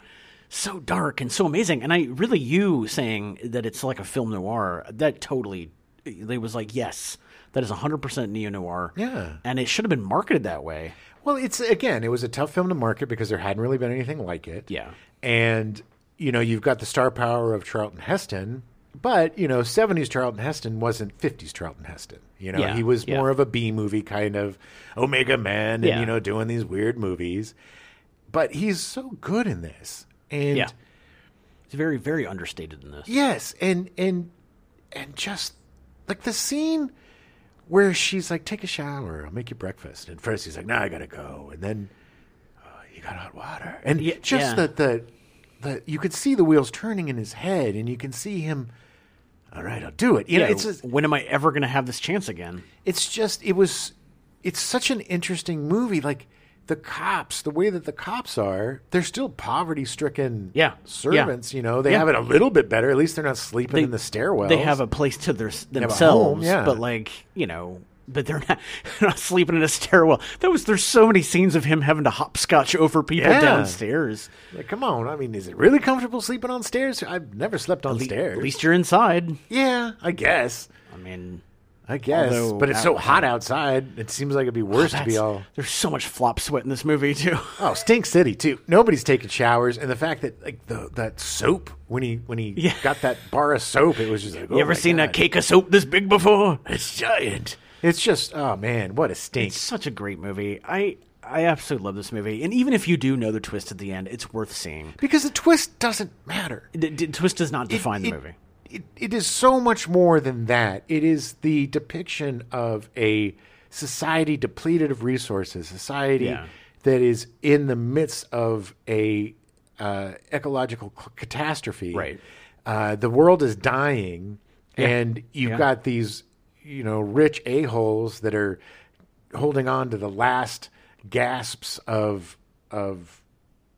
[SPEAKER 2] so dark and so amazing and i really you saying that it's like a film noir that totally they was like yes that is 100% neo noir
[SPEAKER 1] Yeah.
[SPEAKER 2] and it should have been marketed that way
[SPEAKER 1] well, it's again, it was a tough film to market because there hadn't really been anything like it.
[SPEAKER 2] Yeah.
[SPEAKER 1] and you know, you've got the star power of Charlton Heston, but you know, 70s Charlton Heston wasn't 50s Charlton Heston. You know,
[SPEAKER 2] Yeah,
[SPEAKER 1] he was
[SPEAKER 2] yeah.
[SPEAKER 1] more of a B movie kind of Omega Man, and
[SPEAKER 2] Yeah.
[SPEAKER 1] you know, doing these weird movies. But he's so good in this, and.
[SPEAKER 2] yeah it's very very understated in this
[SPEAKER 1] Yes, and and and just like the scene where she's like, "Take a shower, I'll make you breakfast," and first he's like, "No, I gotta go," and then uh, you got hot water, and
[SPEAKER 2] Ye-
[SPEAKER 1] just
[SPEAKER 2] yeah.
[SPEAKER 1] that the the you could see the wheels turning in his head, and you can see him. All right, I'll do it. You know, it's just,
[SPEAKER 2] when am i ever going to have this chance again
[SPEAKER 1] it's just it was it's such an interesting movie like the cops the way that the cops are they're still poverty stricken
[SPEAKER 2] Yeah.
[SPEAKER 1] servants you know they
[SPEAKER 2] Yeah.
[SPEAKER 1] have it a little bit better at least they're not sleeping
[SPEAKER 2] They-
[SPEAKER 1] in the stairwell
[SPEAKER 2] they have a place to their,
[SPEAKER 1] have a
[SPEAKER 2] themselves
[SPEAKER 1] home, yeah.
[SPEAKER 2] but like you know but they're not, they're not sleeping in a stairwell there was there's so many scenes of him having to hopscotch over people
[SPEAKER 1] Yeah.
[SPEAKER 2] downstairs
[SPEAKER 1] like come on i mean is it really comfortable sleeping on stairs i've never slept on stairs
[SPEAKER 2] At least you're inside.
[SPEAKER 1] yeah i guess
[SPEAKER 2] I mean,
[SPEAKER 1] i guess
[SPEAKER 2] Although
[SPEAKER 1] but it's so
[SPEAKER 2] out-
[SPEAKER 1] hot outside it seems like it'd be worse to be
[SPEAKER 2] that's-
[SPEAKER 1] all
[SPEAKER 2] there's so much flop sweat in this movie too.
[SPEAKER 1] Oh, Stink City too. Nobody's taking showers, and the fact that like the that soap when he when he
[SPEAKER 2] Yeah.
[SPEAKER 1] got that bar of soap, it was just like oh
[SPEAKER 2] you ever
[SPEAKER 1] my
[SPEAKER 2] seen
[SPEAKER 1] God.
[SPEAKER 2] a cake of soap this big before? It's giant.
[SPEAKER 1] It's just, oh man, what a stink.
[SPEAKER 2] It's such a great movie. I I absolutely love this movie. And even if you do know the twist at the end, it's worth seeing.
[SPEAKER 1] because the twist doesn't matter.
[SPEAKER 2] The, the twist does not define
[SPEAKER 1] it,
[SPEAKER 2] the movie.
[SPEAKER 1] It, it is so much more than that. It is the depiction of a society depleted of resources, society
[SPEAKER 2] Yeah.
[SPEAKER 1] that is in the midst of a uh, ecological c- catastrophe.
[SPEAKER 2] Right.
[SPEAKER 1] Uh, the world is dying, and you've
[SPEAKER 2] Yeah.
[SPEAKER 1] got these, you know, rich a holes that are holding on to the last gasps of of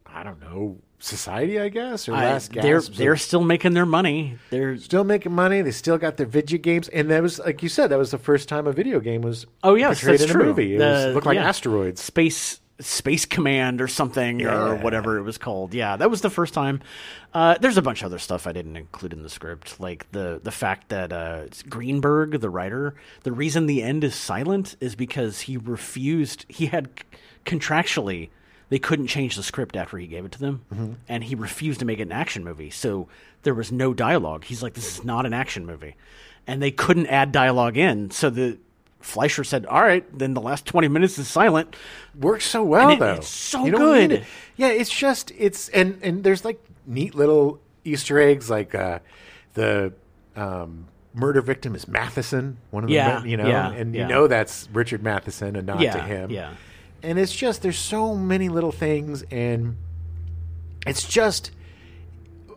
[SPEAKER 1] I don't know, society, I guess, or
[SPEAKER 2] I-
[SPEAKER 1] last
[SPEAKER 2] they're
[SPEAKER 1] gasp.
[SPEAKER 2] they're still making their money. They're
[SPEAKER 1] still making money. They still got their video games, and that was like you said, that was the first time a video game was
[SPEAKER 2] oh yeah, that's
[SPEAKER 1] portrayed in
[SPEAKER 2] true.
[SPEAKER 1] a movie. It
[SPEAKER 2] The-
[SPEAKER 1] was, looked like
[SPEAKER 2] yeah.
[SPEAKER 1] asteroids.
[SPEAKER 2] Space Space Command or something or
[SPEAKER 1] Yeah.
[SPEAKER 2] whatever it was called. Yeah, that was the first time. Uh, there's a bunch of other stuff I didn't include in the script, like the the fact that uh, Greenberg, the writer, the reason the end is silent is because he refused. He had contractually they couldn't change the script after he gave it to them,
[SPEAKER 1] Mm-hmm.
[SPEAKER 2] and he refused to make it an action movie. So there was no dialogue. He's like, "This is not an action movie," and they couldn't add dialogue in. So the Fleischer said, "All right, then the last twenty minutes is silent."
[SPEAKER 1] Works so well
[SPEAKER 2] And it-
[SPEAKER 1] though.
[SPEAKER 2] it's so
[SPEAKER 1] You don't need
[SPEAKER 2] good.
[SPEAKER 1] it. Yeah, it's just it's and and there's like neat little Easter eggs, like uh, the um, murder victim is Matheson, one of the
[SPEAKER 2] Yeah,
[SPEAKER 1] men, you know,
[SPEAKER 2] yeah,
[SPEAKER 1] and
[SPEAKER 2] yeah.
[SPEAKER 1] you know that's Richard Matheson, a nod to
[SPEAKER 2] Yeah,
[SPEAKER 1] him.
[SPEAKER 2] yeah.
[SPEAKER 1] and it's just there's so many little things and it's just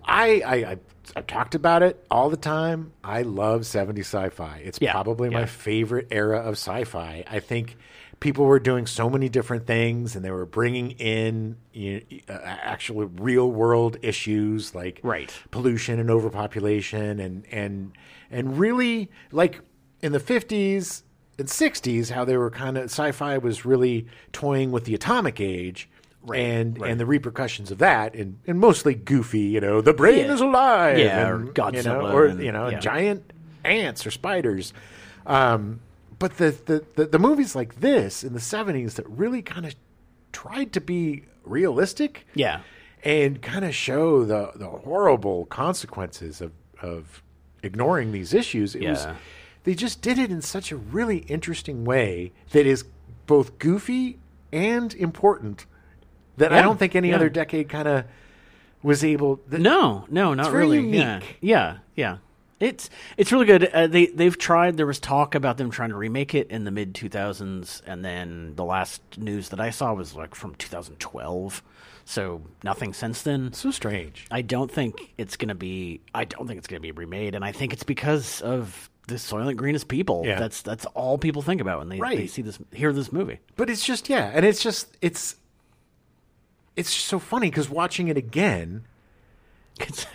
[SPEAKER 1] I I, I I've talked about it all the time. I love 70s sci-fi. It's
[SPEAKER 2] Yeah,
[SPEAKER 1] probably
[SPEAKER 2] yeah.
[SPEAKER 1] my favorite era of sci-fi. I think people were doing so many different things and they were bringing in you know, uh, actual real world issues like
[SPEAKER 2] Right.
[SPEAKER 1] pollution and overpopulation and and and really like in the 50s and 60s how they were kind of sci-fi was really toying with the atomic age and and the repercussions of that and, and mostly goofy you know the brain
[SPEAKER 2] Yeah.
[SPEAKER 1] is alive
[SPEAKER 2] Yeah,
[SPEAKER 1] and,
[SPEAKER 2] or Godzilla
[SPEAKER 1] you know, or
[SPEAKER 2] and-
[SPEAKER 1] you know
[SPEAKER 2] yeah.
[SPEAKER 1] giant ants or spiders um, but the, the the the movies like this in the 70s that really kind of tried to be realistic
[SPEAKER 2] Yeah.
[SPEAKER 1] and kind of show the, the horrible consequences of, of ignoring these issues. It was
[SPEAKER 2] Yeah.
[SPEAKER 1] they just did it in such a really interesting way that is both goofy and important that I
[SPEAKER 2] Yeah,
[SPEAKER 1] don't think any
[SPEAKER 2] yeah.
[SPEAKER 1] other decade kind of was able. That,
[SPEAKER 2] No, no, not
[SPEAKER 1] very
[SPEAKER 2] really.
[SPEAKER 1] unique.
[SPEAKER 2] Yeah, yeah, yeah. It's it's really good. Uh, they they've tried. There was talk about them trying to remake it in the mid two thousands, and then the last news that I saw was like from two thousand twelve. So nothing since then.
[SPEAKER 1] So strange.
[SPEAKER 2] I don't think it's gonna be. I don't think it's gonna be remade, and I think it's because of the Soylent Green is people.
[SPEAKER 1] Yeah.
[SPEAKER 2] That's that's all people think about when they, they
[SPEAKER 1] Right.
[SPEAKER 2] see this hear this movie.
[SPEAKER 1] But it's just yeah, and it's just it's it's so funny because watching it again,
[SPEAKER 2] It's,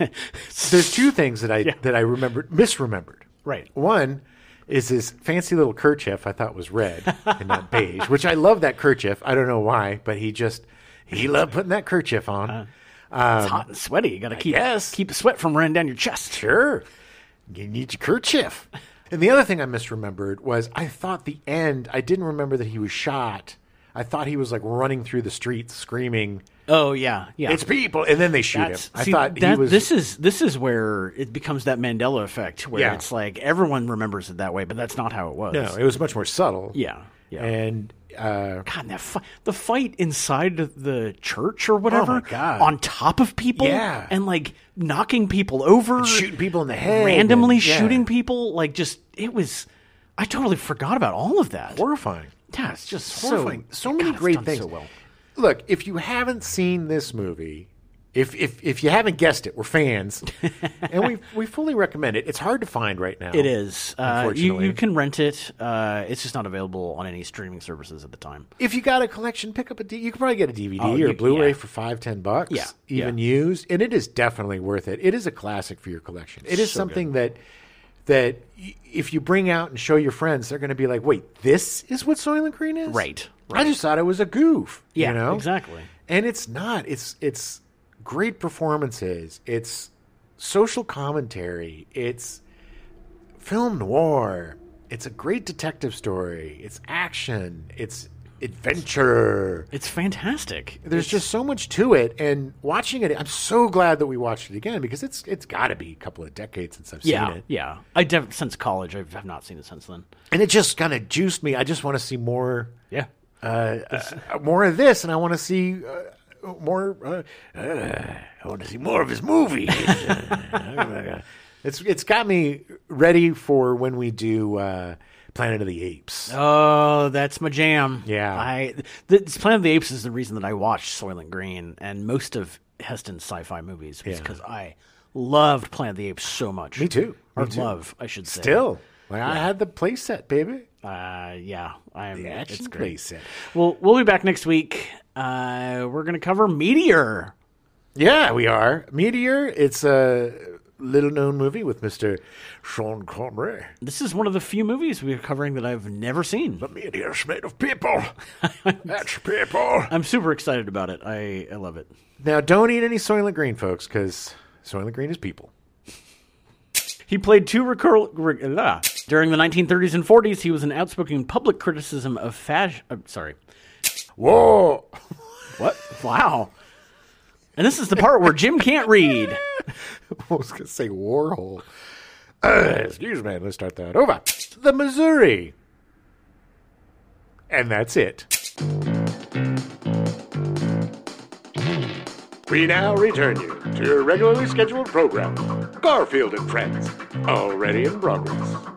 [SPEAKER 1] there's two things that I that I remembered misremembered.
[SPEAKER 2] Right.
[SPEAKER 1] One is this fancy little kerchief I thought was red and not beige, which I love that kerchief. I don't know why, but he just he loved putting that kerchief on.
[SPEAKER 2] it's hot and sweaty. You gotta keep
[SPEAKER 1] Um, guess.
[SPEAKER 2] keep the sweat from running down your chest.
[SPEAKER 1] Sure. You need your kerchief. And the other thing I misremembered was I thought the end, I didn't remember that he was shot. I thought he was like running through the streets screaming,
[SPEAKER 2] Oh yeah, yeah.
[SPEAKER 1] It's people. And then they shoot him. I
[SPEAKER 2] see,
[SPEAKER 1] thought he
[SPEAKER 2] that-
[SPEAKER 1] was.
[SPEAKER 2] This is this is where it becomes that Mandela effect, where
[SPEAKER 1] Yeah.
[SPEAKER 2] it's like everyone remembers it that way, but that's not how it was.
[SPEAKER 1] no, it was much more subtle.
[SPEAKER 2] Yeah, yeah.
[SPEAKER 1] And uh,
[SPEAKER 2] God, that fi- the fight inside the church or whatever,
[SPEAKER 1] Oh, God.
[SPEAKER 2] on top of people,
[SPEAKER 1] Yeah.
[SPEAKER 2] and like knocking people over,
[SPEAKER 1] shooting people in the head.
[SPEAKER 2] randomly
[SPEAKER 1] and- yeah.
[SPEAKER 2] shooting people, like just it was. I totally forgot about all of that.
[SPEAKER 1] Horrifying.
[SPEAKER 2] yeah, it's just
[SPEAKER 1] horrifying. So,
[SPEAKER 2] So,
[SPEAKER 1] many
[SPEAKER 2] God, it's
[SPEAKER 1] great
[SPEAKER 2] done
[SPEAKER 1] things.
[SPEAKER 2] So well.
[SPEAKER 1] Look, if you haven't seen this movie, if if if you haven't guessed it, we're fans, and we we fully recommend it. It's hard to find right now.
[SPEAKER 2] It is. Uh, you,
[SPEAKER 1] Unfortunately.
[SPEAKER 2] you can rent it. Uh, it's just not available on any streaming services at the time.
[SPEAKER 1] If you got a collection, pick up a. D- you can probably get a DVD
[SPEAKER 2] Oh,
[SPEAKER 1] or
[SPEAKER 2] you-
[SPEAKER 1] Blu-ray
[SPEAKER 2] yeah.
[SPEAKER 1] for five ten bucks.
[SPEAKER 2] Yeah,
[SPEAKER 1] even
[SPEAKER 2] yeah.
[SPEAKER 1] used, and it is definitely worth it. It is a classic for your collection. It is
[SPEAKER 2] So
[SPEAKER 1] something that that y- if you bring out and show your friends, they're going to be like, "Wait, this is what Soylent Green is."
[SPEAKER 2] Right,
[SPEAKER 1] I just thought it was a goof.
[SPEAKER 2] Yeah,
[SPEAKER 1] you know?
[SPEAKER 2] exactly.
[SPEAKER 1] and it's not it's it's great performances it's social commentary it's film noir it's a great detective story it's action it's adventure
[SPEAKER 2] It's fantastic.
[SPEAKER 1] there's just so much to it and watching it i'm so glad that we watched it again because it's it's got to be a couple of decades since i've
[SPEAKER 2] yeah,
[SPEAKER 1] seen it
[SPEAKER 2] yeah. I def- since college, I have not seen it since then.
[SPEAKER 1] and it just kind of juiced me i just want to see more
[SPEAKER 2] Yeah,
[SPEAKER 1] uh, more of this, and I want to see uh, more. Uh, uh, I want to see more of his movie. it's it's got me ready for when we do uh, Planet of the Apes.
[SPEAKER 2] Oh, that's my jam.
[SPEAKER 1] Yeah.
[SPEAKER 2] I th- this Planet of the Apes is the reason that I watched Soylent Green and most of Heston's sci-fi movies
[SPEAKER 1] Yeah.
[SPEAKER 2] because I loved Planet of the Apes so much.
[SPEAKER 1] Me too.
[SPEAKER 2] Or
[SPEAKER 1] Me too.
[SPEAKER 2] love, I should say.
[SPEAKER 1] Still, like I had the playset, baby.
[SPEAKER 2] Uh, yeah, I'm. it's
[SPEAKER 1] Action
[SPEAKER 2] great.
[SPEAKER 1] playset.
[SPEAKER 2] Well, we'll be back next week. Uh, we're gonna cover Meteor.
[SPEAKER 1] Yeah, we are. Meteor, it's a little known movie with Mr. Sean Connery.
[SPEAKER 2] This is one of the few movies we're covering that I've never seen.
[SPEAKER 1] The meteor's made of people. That's people.
[SPEAKER 2] I'm super excited about it. I, I love it.
[SPEAKER 1] Now, don't eat any Soylent Green, folks, because Soylent Green is people.
[SPEAKER 2] He played two recur- re- uh, during the 1930s and 40s. He was an outspoken public criticism of fashion. Uh, sorry,
[SPEAKER 1] Whoa.
[SPEAKER 2] what? Wow. And this is the part where Jim can't read.
[SPEAKER 1] I was going to say Warhol. Uh, excuse me. Let's start that over. The Missouri. And that's it. We now return you to your regularly scheduled program, Garfield and Friends, already in progress.